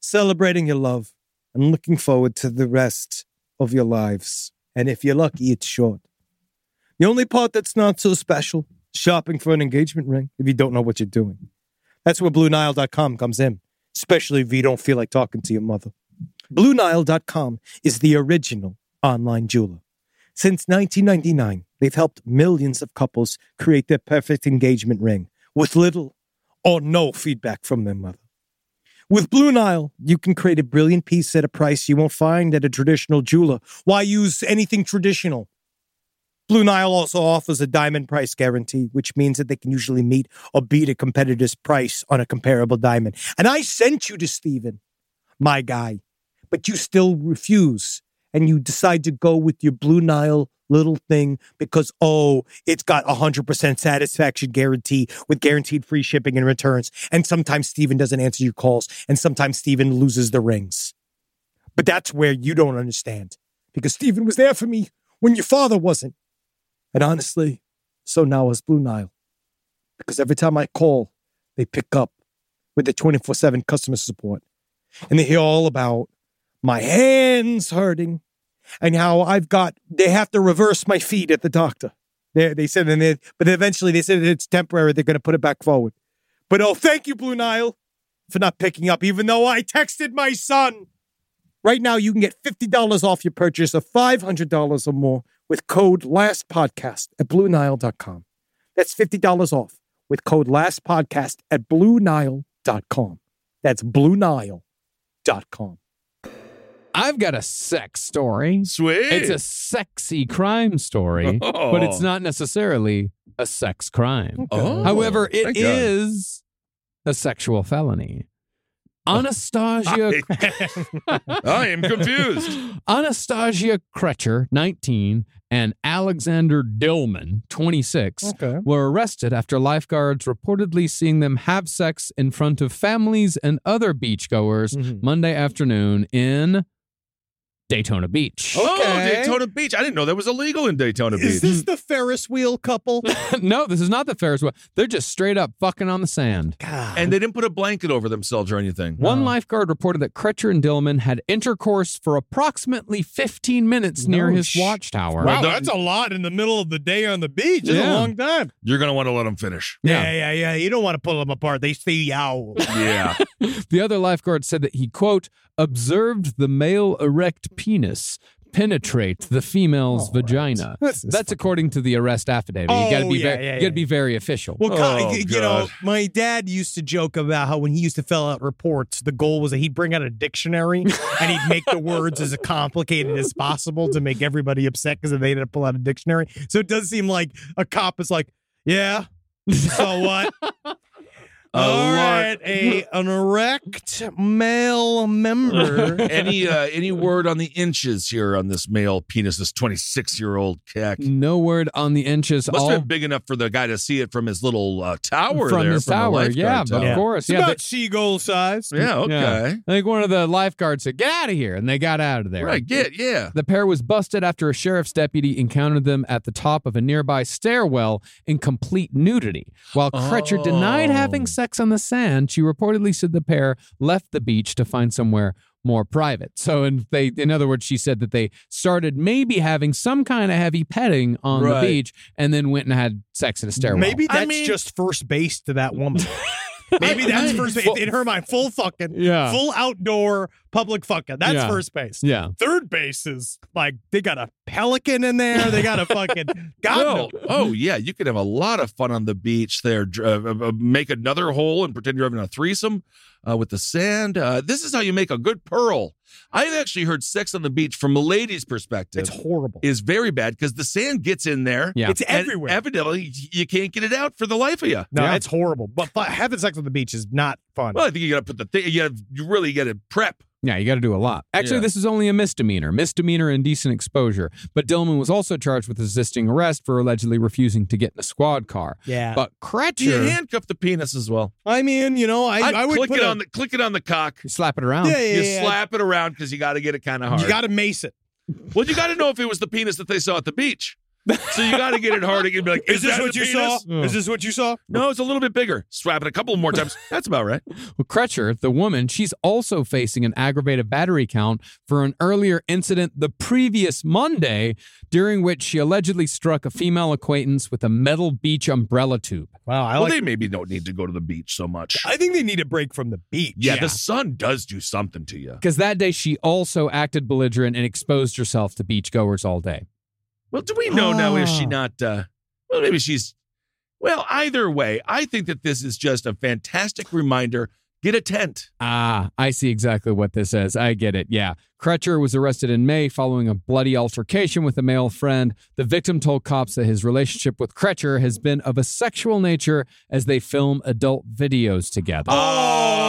Celebrating your love and looking forward to the rest of your lives. And if you're lucky, it's short. The only part that's not so special, shopping for an engagement ring if you don't know what you're doing. That's where BlueNile.com comes in, especially if you don't feel like talking to your mother. BlueNile.com is the original online jeweler. Since 1999, they've helped millions of couples create their perfect engagement ring with little or no feedback from their mother. With Blue Nile, you can create a brilliant piece at a price you won't find at a traditional jeweler. Why use anything traditional? Blue Nile also offers a diamond price guarantee, which means that they can usually meet or beat a competitor's price on a comparable diamond. And I sent you to Steven, my guy but you still refuse and you decide to go with your Blue Nile little thing because, oh, it's got 100% satisfaction guarantee with guaranteed free shipping and returns. And sometimes Steven doesn't answer your calls and sometimes Steven loses the rings. But that's where you don't understand because Steven was there for me when your father wasn't. And honestly, so now is Blue Nile because every time I call, they pick up with their 24 7 customer support and they hear all about my hands hurting, and how I've got they have to reverse my feet at the doctor. They they said and they, but eventually they said it's temporary. They're going to put it back forward. But oh, thank you, Blue Nile, for not picking up, even though I texted my son. Right now, you can get fifty dollars off your purchase of five hundred dollars or more with code LastPodcast at BlueNile.com. That's fifty dollars off with code LastPodcast at BlueNile.com. That's BlueNile.com.
I've got a sex story.
Sweet.
It's a sexy crime story, but it's not necessarily a sex crime.
Oh,
However, it
thank God.
is a sexual felony. Anastasia
I am confused.
Anastasia Kretcher, 19, and Alexander Dillman, 26,
Okay.
were arrested after lifeguards reportedly seeing them have sex in front of families and other beachgoers
Mm-hmm.
Monday afternoon in Daytona Beach.
Oh, Daytona Beach. I didn't know that was illegal in Daytona
Is
Beach.
this the Ferris wheel couple?
no, this is not the Ferris wheel. They're just straight up fucking on the sand.
and they didn't put a blanket over themselves or anything.
One lifeguard reported that Kretcher and Dillman had intercourse for approximately 15 minutes near
No
his
sh-
watchtower.
Well,
Wow,
the-
that's a lot in the middle of the day on the beach. That's
Yeah.
a long time.
You're going to want to let them finish.
Yeah.
yeah, yeah, yeah. You don't want to pull them apart. They see yow.
Yeah.
The other lifeguard said that he, quote, observed the male erect penis penetrate the female's vagina.
This is
That's according to the arrest affidavit. you got to
Oh,
be
yeah,
very,
yeah,
you
yeah.
got to be very official.
Well,
Oh,
co- you know,
God.
my dad used to joke about how when he used to fill out reports, the goal was that he'd bring out a dictionary and he'd make the words as complicated as possible to make everybody upset because they had to pull out a dictionary. So it does seem like a cop is like, yeah, so what? All
lar-
right, a an erect male member.
any uh, any word on the inches here on this male penis, this 26 year old cack?
no word on the inches.
Must
all
have been big enough for the guy to see it from his little uh, tower
from
there.
his
the
tower.
lifeguard
Yeah,
tower.
of course.
It's
Yeah,
about seagull size.
yeah. okay.
I think one of the lifeguards said, "Get out of here," and they got out of there.
Right, get, yeah.
The pair was busted after a sheriff's deputy encountered them at the top of a nearby stairwell in complete nudity. While Crutcher denied
Oh.
having sex on the sand, she reportedly said the pair left the beach to find somewhere more private. So, in they, in other words, she said that they started maybe having some kind of heavy petting on
Right.
the beach, and then went and had sex at a stairwell.
Maybe
I
that's
mean-
just first base to that woman. Maybe that's first base. In her mind, full fucking,
Yeah.
full outdoor public fucking. That's
Yeah.
first base.
yeah.
Third base is like they got a pelican in there. They got a fucking god.
Well,
knows.
oh yeah, you could have a lot of fun on the beach there. Dr- Uh, uh, make another hole and pretend you're having a threesome uh, with the sand. Uh, this is how you make a good pearl. I've actually heard sex on the beach from a lady's perspective
it's horrible.
is very bad because the sand gets in there.
Yeah.
It's
and
everywhere.
Evidently, you can't get it out for the life of you.
no, it's horrible. But fu- having sex on the beach is not fun.
Well, I think you got to put the thing. You, gotta, you really got to prep.
Yeah, you got to do a lot. Actually,
Yeah.
this is only a misdemeanor, misdemeanor indecent exposure. But Dillman was also charged with resisting arrest for allegedly refusing to get in a squad car.
yeah.
But
You
Cratcher,
handcuff the penis as well.
I mean, you know, I,
I'd
I would
click
put
it
a-
on the click it on the cock.
you slap it around.
Yeah, yeah,
you
yeah.
slap it around because you got to get it kind of hard.
You got to mace it.
Well, you got to know if it was the penis that they saw at the beach. So you got to get it hard again. Be like, is, that the penis?
Is this what you saw?
No, it's a little bit bigger. Slap it a couple more times. That's about right.
Well, Crutcher, the woman, she's also facing an aggravated battery count for an earlier incident the previous Monday, during which she allegedly struck a female acquaintance with a metal beach umbrella tube.
Wow, I
well,
like.
they maybe don't need to go to the beach so much.
I think they need a break from the beach.
yeah,
Yeah.
the sun does do something to you.
Because that day she also acted belligerent and exposed herself to beachgoers all day.
Well, do we know now if she
Ah.
not? Uh, well, maybe she's. Well, either way, I think that this is just a fantastic reminder. Get a tent.
Ah, I see exactly what this is. I get it. Yeah. Crutcher was arrested in May following a bloody altercation with a male friend. The victim told cops that his relationship with Crutcher has been of a sexual nature as they film adult videos together.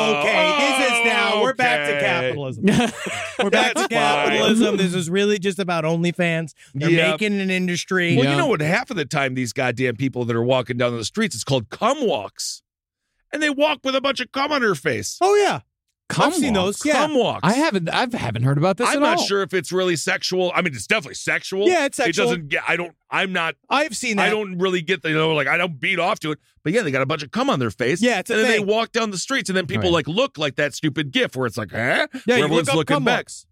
Oh, okay. this is now. We're back to
okay.
capitalism. We're back to
That's fine.
capitalism. This is really just about OnlyFans. They're
Yeah.
making an industry.
Well,
Yeah.
you know what? Half of the time, these goddamn people that are walking down the streets, it's called cum walks, and they walk with a bunch of cum on her face.
Oh yeah,
Cum
I've seen
walks?
those. Yeah,
Cum walks.
I haven't I haven't heard about this
I'm
at
not
all.
sure if it's really sexual. I mean, it's definitely sexual.
Yeah, it's sexual.
It doesn't get. I don't. I'm not.
I've seen that.
I don't really get the. You know, like I don't beat off to it. But yeah, they got a bunch of cum on their face.
Yeah, it's a
and then
thing.
they walk down the streets, and then people
Right.
like look like that stupid GIF where it's like, huh?
Yeah,
Where
you
everyone's
look up
looking
cum
back.
walks.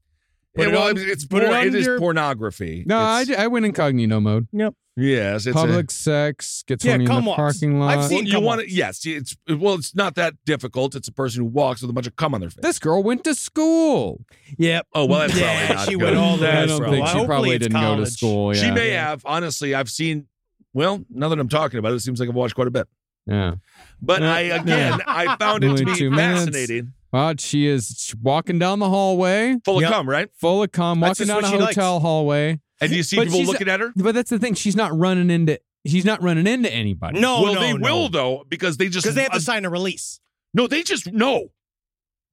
Yeah,
Put it
well,
on-
it's, it's
put it
porn-
on
it is
your-
pornography.
No, I,
It's-
d- I went incognito mode.
yes, it's a-
Public sex, gets
Yeah,
horny in
cum
the
walks.
parking lot.
I've
Well,
seen
you
cum
want
walks.
to? Yes, it's well, it's not that difficult. It's a person who walks with a bunch of cum on their face.
this girl went to school.
Yep.
oh well, that's
yeah,
probably not
she
good.
went all the way
I
That's
don't
bro.
think
Hopefully
she probably
it's
didn't go to
college.
school. Yeah.
She may have. Honestly, I've seen. Well, now that I'm talking about it, it seems like I've watched quite a bit.
yeah.
But
Uh,
No,
I again, I found it
Only
to be
two minutes.
fascinating.
Well, she is walking down the hallway.
Full of
Yep.
cum, right?
full of cum,
That's just
walking down a
what she likes.
hotel hallway.
And you see
But
people
she's-
looking at her.
But that's the thing; she's not running into she's not running into anybody.
No,
well,
no,
they
no.
will though because they just
because they have
uh,
to sign a release.
no, they just no,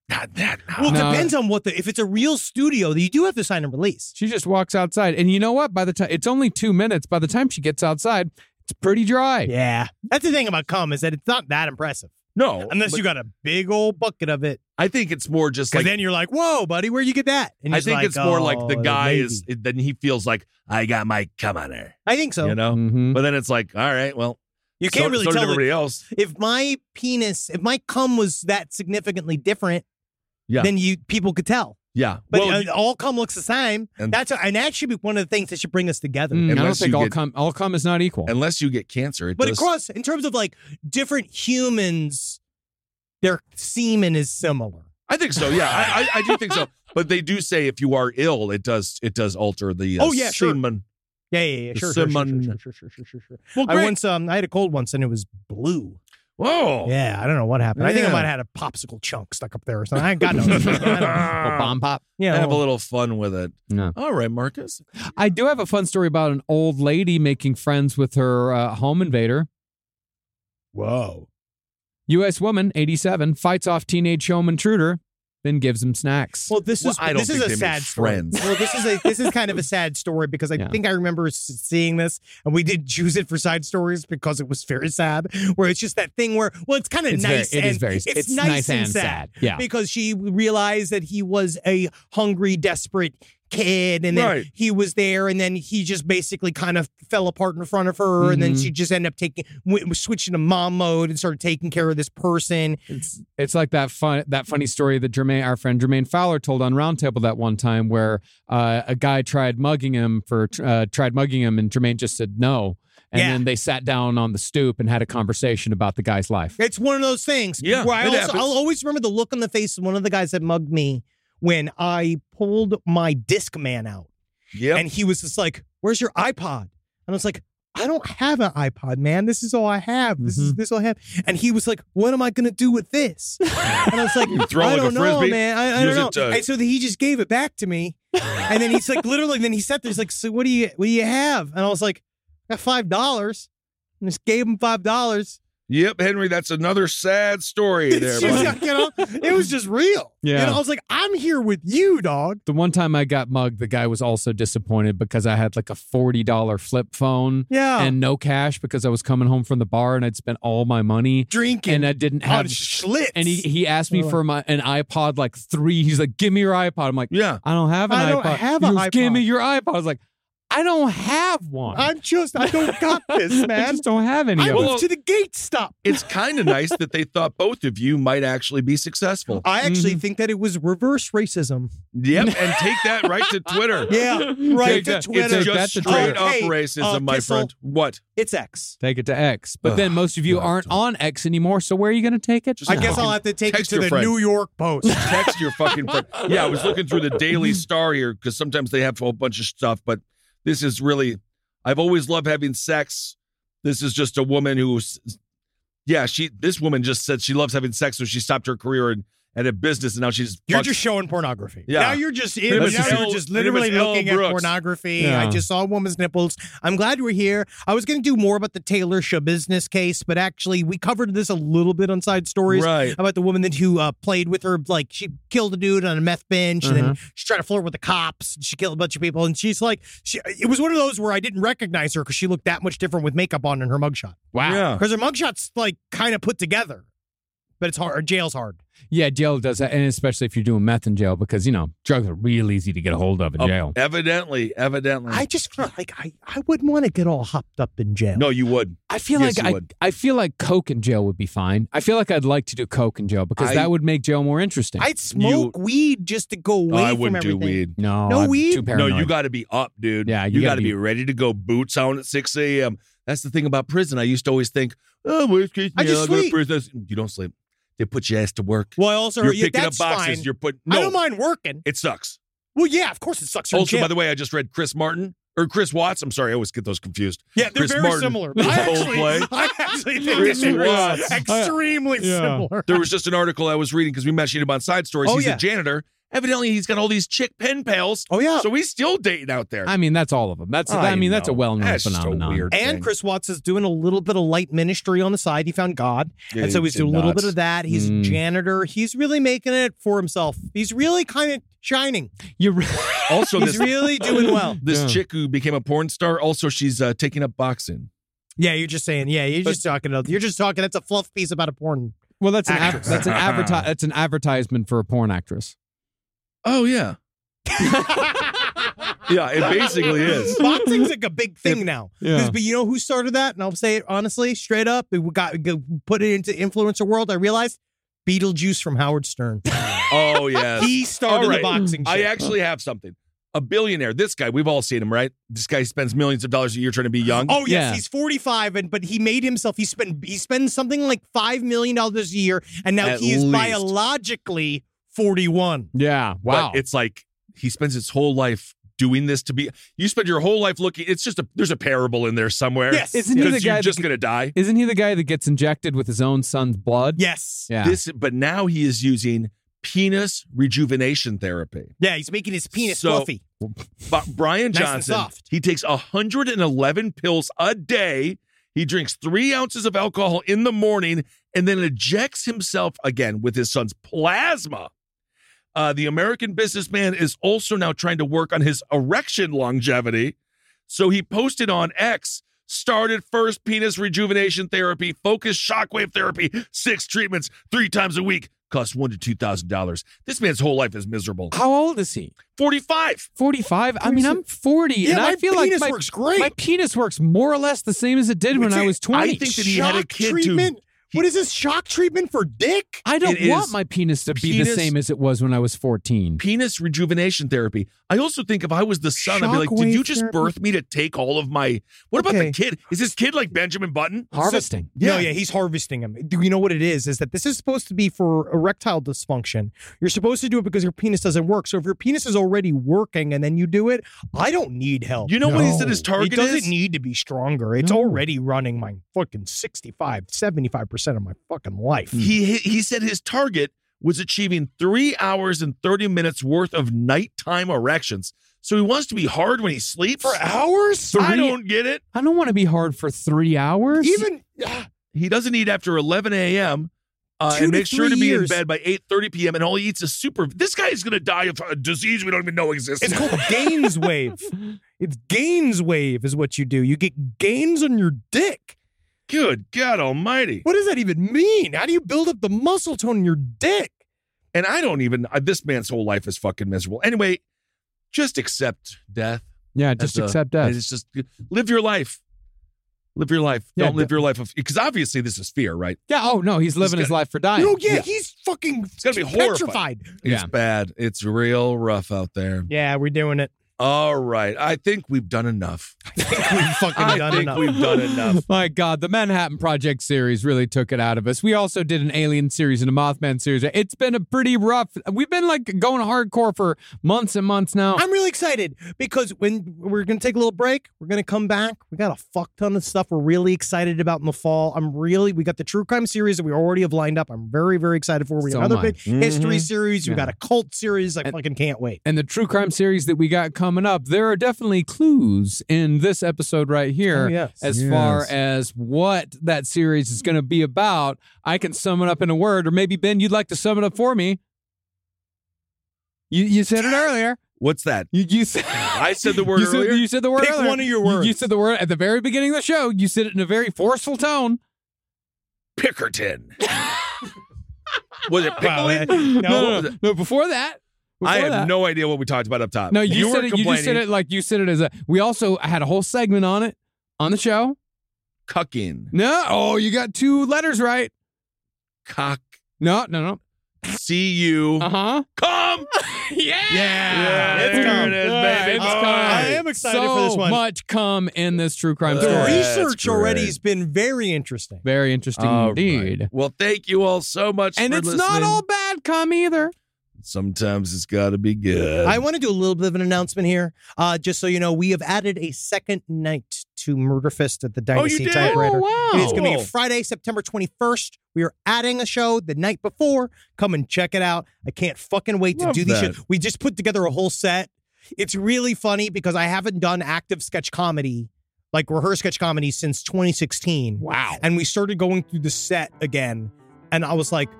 not that. no.
Well, it
No.
depends on what the. If it's a real studio, you do have to sign a release.
she just walks outside, and you know what? By the time it's only two minutes, by the time she gets outside, it's pretty dry.
Yeah, that's the thing about cum is that it's not that impressive
no,
unless
but
you got a big old bucket of it.
I think it's more just
Because
like
then you're like, "Whoa, buddy, where you get that?" And
I
he's
think it's more like the
"Oh,
guy
maybe."
is then he feels like I got my cum on her,
I think so. mm-hmm.
you know.
Mm.
Mhm.
But then it's like, all right, well,
You can't
so,
really
so did
tell. that-
everybody else.
if my penis, if my cum was that significantly different,
Yeah.
then you people could tell.
Yeah,
But
well,
uh, all cum looks the same.
And-
That's and that should be one of the things that should bring us together.
Mm, I don't
Unless
think
you
all
get-
cum all cum is not equal.
unless you get cancer, it
But
does-
across, in terms of like different humans, their semen is similar.
I think so. Yeah, I, I, I do think so. But they do say if you are ill, it does it does alter the uh,
Oh, yeah, sure.
semen.
Yeah, yeah, yeah.
The
Sure, sure, sure,
Simon.
sure, sure, sure, sure, sure, sure.
Well,
I
great.
once um I had a cold once and it was blue.
Whoa.
Yeah, I don't know what happened. I think I
Oh. Yeah.
might have had a popsicle chunk stuck up there or something. I ain't got no. I don't-
bomb pop.
yeah,
Have a
well,
little fun with it.
No.
All right, Marcus.
I do have a fun story about an old lady making friends with her uh, home invader.
whoa.
U.S. woman, 87, fights off teenage home intruder, then gives him snacks.
Well, this
Well,
is
I don't
this is
think
a
they made
sad story.
friends.
Well, this is a this is kind of a sad story because I
Yeah.
think I remember s- seeing this and we did choose it for side stories because it was very sad. Where it's just that thing where well, it's kind of
it's
nice.
very,
and
it is very.
It's, nice, and, sad.
Yeah.
because she realized that he was a hungry, desperate kid, and then
Right.
he was there, and then he just basically kind of fell apart in front of her, and then
Mhm.
Mm-hmm.
she just ended up taking w- switching to mom mode and started taking care of this person.
It's it's like that fun that funny story that Jermaine, our friend Jermaine Fowler, told on Roundtable that one time where uh, a guy tried mugging him for uh, tried mugging him, and Jermaine just said no, and
Yeah.
then they sat down on the stoop and had a conversation about the guy's life.
It's one of those things.
Yeah,
where I
it
also,
happens.
I'll always remember the look on the face of one of the guys that mugged me when I pulled my disc man out.
Yep.
And he was just like, Where's your iPod? And I was like, I don't have an iPod, man. This is all I have. This is this all I have. And he was like, What am I gonna do with this? And I was like,
throw
I
like a
don't know,
frisbee?
man. I, I don't
Use
know.
it to-
and so he just gave it back to me. and then he's like, literally, then he sat there, he's like, So what do you what do you have? And I was like, I got five dollars. And just gave him five dollars.
yep, Henry, that's another sad story there.
It's just,
bud.
you know, it was just real.
Yeah.
And I was like, I'm here with you, dog.
The one time I got mugged, the guy was also disappointed because I had like a forty dollar flip phone
Yeah.
and no cash because I was coming home from the bar and I'd spent all my money
drinking
and I didn't
on
have.
Schlitz.
and he, he asked me for my an iPod like three. He's like, "Give me your iPod." I'm like,
yeah.
I don't have an
I
iPod.
don't have an
You just Give
iPod.
me your iPod. I was like, I don't have one.
I'm just, I don't got this,
I
man.
just don't have any
I
of
will-
them.
moved to the gate stop.
It's kind of nice that they thought both of you might actually be successful.
I actually
Mm-hmm.
think that it was reverse racism.
Yep, and take that right to Twitter.
Yeah, right
Take
to
that-
It's
Twitter.
take that
just
to
straight
Twitter.
up
Hey,
racism,
uh,
my
Kissel.
friend. What?
It's X.
Take it to X. But
Ugh,
then most of you
God.
aren't on X anymore, so where are you going to take it?
Just
I
No.
guess I'll have to take it
Text
to
your
the
friend.
New York Post.
Text your fucking friend. Yeah, I was looking through the Daily Star here because sometimes they have a whole bunch of stuff, but this is really. I've always loved having sex. This is just a woman who's. Yeah, she. This woman just said she loves having sex, so she stopped her career and, and a business, and now she's.
You're
fucks-
just showing pornography.
Yeah.
Now you're just in.
Pretty
Now
much
you're
L-
just
pretty
literally
much L.
looking at
Brooks.
pornography.
Yeah.
I just saw a woman's nipples. I'm glad we're here. I was going to do more about the Taylor Show business case, but actually, we covered this a little bit on Side Stories
right.
about the woman that who uh, played with her. Like she killed a dude on a meth binge, and then
Mm-hmm.
she tried to flirt with the cops. And she killed a bunch of people, and she's like, she, it was one of those where I didn't recognize her because she looked that much different with makeup on in her mugshot.
Wow.
Yeah.
Because her mugshot's like kind of put together, but it's hard. Jail's hard.
Yeah, jail does that. And especially if you're doing meth in jail, because, you know, drugs are real easy to get a hold
Oh,
of in jail.
Evidently, evidently.
I just feel like I, I wouldn't want to get all hopped up in jail.
Mm. no, you would.
I feel
Yes,
like
you
I,
would.
I feel like coke in jail would be fine. I feel like I'd like to do coke in jail because
I-
that would make jail more interesting.
I'd smoke weed just to go
No,
away
Oh, I
from
wouldn't do
everything.
weed.
no,
No
I'm
weed?
Too paranoid.
No, you got to be up, dude.
Yeah,
you,
you
got
gotta
to be
be-
ready to go. Boots on at six a.m. That's the thing about prison. I used to always think, oh, worst case,
I just
scenario, I'll go to
sleep.
prison. You don't sleep. They put your ass to work.
Well, I also
you're
yeah,
picking up
that's
boxes.
fine.
You're putting. No,
I don't mind working.
it sucks.
Well, yeah, of course it sucks. You're in
Also,
jail.
by the way, I just read Chris Martin or Chris Watts. I'm sorry, I always get those confused.
Yeah, they're
Chris
very
Martin,
similar.
with
I actually,
Coldplay.
I actually think
Chris
they're
Watts.
extremely
Yeah.
similar.
There was just an article I was reading because we mentioned him on side stories.
Oh,
he's
yeah.
a janitor. Evidently, he's got all these chick pen pals.
Oh yeah.
So he's still dating out there.
I mean, that's all of them. That's I, mean, that's a
know.
well-known
That's just a
phenomenon.
weird
and
thing.
Chris Watts is doing a little bit of light ministry on the side. He found God,
Yeah,
and so he's
did
doing a little
not. Hmm.
bit of that. He's
Mm.
a janitor. He's really making it for himself. He's really kind of shining.
You're re-
Also,
He's
this
really doing well.
this
Yeah.
chick who became a porn star. Also, she's uh, taking up boxing.
Yeah, you're just saying. Yeah, you're
But-
just talking. You're just talking. That's a fluff piece about a porn.
well. That's an ad-
Actress.
that's an adverti- that's an advertisement for a porn actress.
Oh yeah, yeah. It basically is.
Boxing's like a big thing now.
yeah.
'Cause- But you know who started that? And I'll say it honestly, straight up. It got, got put it into influencer world. I realized Beetlejuice from Howard Stern.
Oh yeah.
he started
All right.
the boxing.
I
shit.
actually have something. A billionaire. This guy, we've all seen him, right? This guy spends millions of dollars a year trying to be young.
Oh yes,
Yeah.
he's 45, and but he made himself. He spent he spends something like five million dollars a year, and now
At
he is
least.
biologically
41.
Yeah. Wow.
But it's like he spends his whole life doing this to be. You spend your whole life looking. It's just a there's a parable in there somewhere.
Yes.
Isn't he the
'Cause
guy
you're just
that,
gonna die.
Isn't he the guy that gets injected with his own son's blood?
Yes.
Yeah.
This, but now he is using penis rejuvenation therapy.
Yeah, he's making his penis
So-
fluffy.
But Brian
Nice and
Johnson,
soft.
he takes 111 pills a day. He drinks three ounces of alcohol in the morning and then ejects himself again with his son's plasma. Uh, the American businessman is also now trying to work on his erection longevity. So he posted on X started first penis rejuvenation therapy, focused shockwave therapy, six treatments, three times a week, cost one to two thousand dollars. This man's whole life is miserable.
How old is he?
45.
45? I mean, I'm 40,
Yeah,
and
my
I feel
penis
like my,
works great.
my penis works more or less the same as it did when
It's
I
a-
was 20.
I think that he had a
Shock
kid
treatment?
to
what is this shock treatment for dick?
I don't
It
want
is
my penis to be the
penis-
same as it was when I was 14.
penis rejuvenation therapy. I also think if I was the son, I'd be like, did
Shockwave
you just
therapy.
birth me to take all of my. What about
Okay.
the kid? Is this kid like Benjamin Button?
Harvesting.
Yeah.
No, yeah, he's harvesting him. Do you know what it is? Is that this is supposed to be for erectile dysfunction. You're supposed to do it because your penis doesn't work. So if your penis is already working and then you do it, I don't need help.
You know what he said his target
It doesn't
is?
need to be stronger. It's already running my fucking 65, 75% of my fucking life.
He, he said his target was achieving three hours and 30 minutes worth of nighttime erections. So he wants to be hard when he sleeps?
For hours?
I
Three-
don't get it.
I don't want to be hard for three hours.
Even
He doesn't eat after 11 a.m. Uh,
Two
and
to
make sure to
three
be
years.
in bed by 8.30 p.m. and all he eats is super... This guy is going to die of a disease we don't even know exists.
It's called gains wave. It's gains wave is what you do. You get gains on your dick.
Good God almighty.
What does that even mean? How do you build up the muscle tone in your dick?
And I don't even. I, this man's whole life is fucking miserable. Anyway, just accept death.
yeah, just
as a-
accept death.
It's just uh, live your life. Live your life.
Yeah,
don't live your life of because obviously this is fear, right?
yeah, oh no, he's living his
got-
life for dying.
No, Oh, yeah, he's fucking
It's gotta be horrifying.
petrified.
Yeah.
It's bad. It's real rough out there.
Yeah, we're doing it.
All right, I think we've done enough.
We've fucking
I
done
think
enough.
we've done enough.
My God, the Manhattan Project series really took it out of us. We also did an Alien series and a Mothman series. It's been a pretty rough. We've been like going hardcore for months and months now.
I'm really excited because when we're gonna take a little break, we're gonna come back. We got a fuck ton of stuff we're really excited about in the fall. I'm really we got the true crime series that we already have lined up. I'm very very excited for. We
So
got another
am I.
big history series. We
Yeah.
got a cult series. I
And-
fucking can't wait.
and the true crime series that we got coming up, there are definitely clues in this episode right here.
Oh, yes.
As
Yes.
far as what that series is going to be about, I can sum it up in a word, or maybe Ben, you'd like to sum it up for me. You you said it earlier.
What's that?
You, you said
I said the word
you said,
earlier.
you said the word
Pick
earlier.
one of your
You- You,
words.
said the word at the very beginning of the show. You said it in a very forceful tone.
Pickerton. was it pickling?
No,
what
no,
was
no,
it?
no, Before that, before
I have
that,
no idea what we talked about up top.
No, you,
were
said it. You just
complaining.
said it like you said it as a. We also had a whole segment on it on the show.
Cucking.
No, oh, you got two letters right.
Cock.
No, no,
See you.
no. Uh huh.
Come.
Yeah.
Yeah,
Let's
there
go.
it is,
All right,
baby.
let's
boy.
go.
I am excited
so
for this one.
much come in this true crime
Uh,
The
story.
That's
research already
great.
has been very interesting.
Very interesting
All right.
indeed.
Well, thank you all so much.
And
for
it's
listening.
not all bad come either.
Sometimes it's got to be good.
I want to do a little bit of an announcement here. Uh, just so you know, we have added a second night to Murderfist at the Dynasty
Oh, did?
Typewriter.
Oh,
It is going to
Cool.
be Friday, September 21st. We are adding a show the night before. Come and check it out. I can't fucking wait
Love
to do these
that.
shows. We just put together a whole set. It's really funny because I haven't done active sketch comedy, like rehearsed sketch comedy, since 2016.
Wow.
And we started going through the set again. And I was like,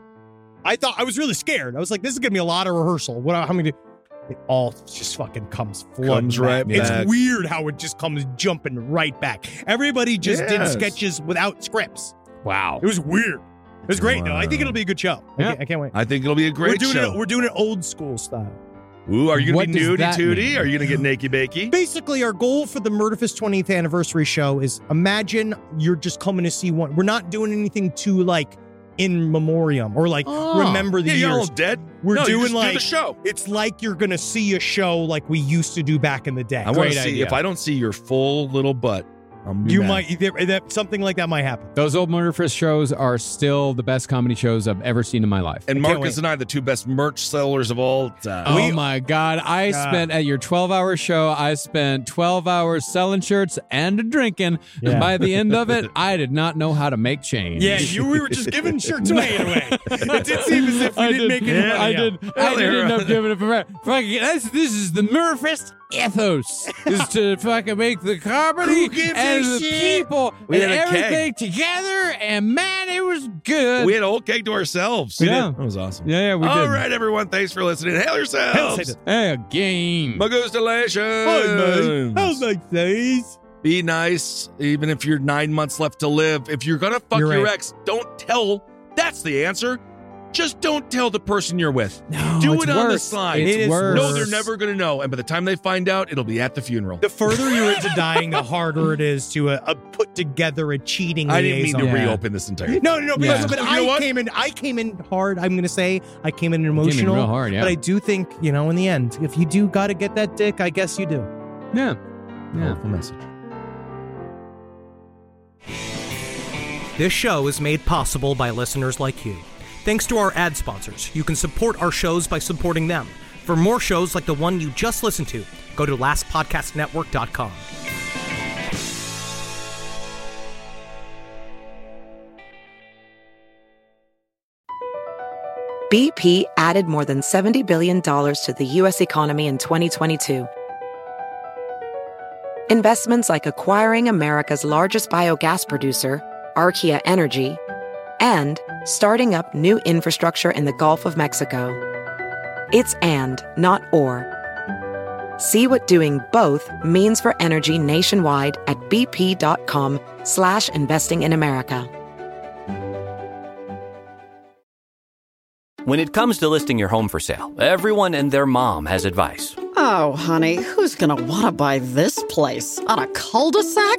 I thought I was really scared. I was like, this is going to be a lot of rehearsal. What, how many? It all just fucking comes flooding
Comes right back.
It's weird how it just comes jumping right back. Everybody just
Yes.
did sketches without scripts.
Wow.
It was weird. It was great though. I think
Wow.
it'll be a good show. I,
Yeah.
can't, I can't wait.
I think it'll be a great
we're doing
show.
it. We're doing it old school style.
Ooh, are you
What
going to be nudie
does that
tootie?
mean?
Are you going to get naked bakey?
Basically, our goal for the Murderfist 20th anniversary show is imagine you're just coming to see one. We're not doing anything too like in memoriam or like
Oh.
remember the
Yeah, y'all all
years.
dead.
We're
No, you
doing
just do
like
the show.
it's like you're gonna see a show like we used to do back in the day.
I want
Great
to see
idea.
if I don't see your full little butt I'm
You might there, that something like that might happen.
Those old Murderfist shows are still the best comedy shows I've ever seen in my life.
And
I can't
Marcus
wait.
and I, the two best merch sellers of all time.
Oh my God. I
God.
spent at your 12 hour show, I spent 12 hours selling shirts and drinking.
Yeah.
And by the end of it, I did not know how to make change.
Yeah, you we were just giving shirts away anyway. It did seem as if we
I
didn't
did.
make any money.
Yeah, I
out.
did. I did
Earlier
end
on.
up giving it for fucking. This, this is the Murfist ethos: is to fucking make the comedy
Who gives
and
a
the
shit?
people
We
and
had a keg.
everything together. And man, it was good.
we had a whole cake to ourselves.
Oh. We Yeah. did.
That was awesome.
yeah, yeah, we
All
did.
right, everyone. Thanks for listening. Hail yourselves.
Hey, a game.
Magoostalations.
like these.
Be nice, even if you're nine months left to live. If you're gonna fuck
You're
your
right.
ex, don't tell. That's the answer. Just don't tell the person you're with.
No,
Do
Oh, it's
it on the
worse.
slide.
It's
It is
worse.
No, they're never gonna know. And by the time they find out, it'll be at the funeral.
The further you're into dying, the harder it is to uh, uh, put together a cheating.
I didn't mean
liaison.
to
Yeah.
reopen this entire.
No, no, no. Because,
Yeah.
But
You know
I
what?
came in. I came in hard. I'm gonna say I came in
Came in
emotional.
real hard. Yeah.
But I do think you know. In the end, if you do got to get that dick, I guess you do.
yeah. Yeah.
Powerful message.
This show is made possible by listeners like you. Thanks to our ad sponsors, you can support our shows by supporting them. For more shows like the one you just listened to, go to lastpodcastnetwork.com.
BP added more than $70 billion to the U.S. economy in 2022. Investments like acquiring America's largest biogas producer, Archaea Energy, and starting up new infrastructure in the Gulf of Mexico. It's and, not or. See what doing both means for energy nationwide at bp.com slash investing in America.
When it comes to listing your home for sale, everyone and their mom has advice.
Oh, honey, who's gonna wanna buy this place? On a cul de sac?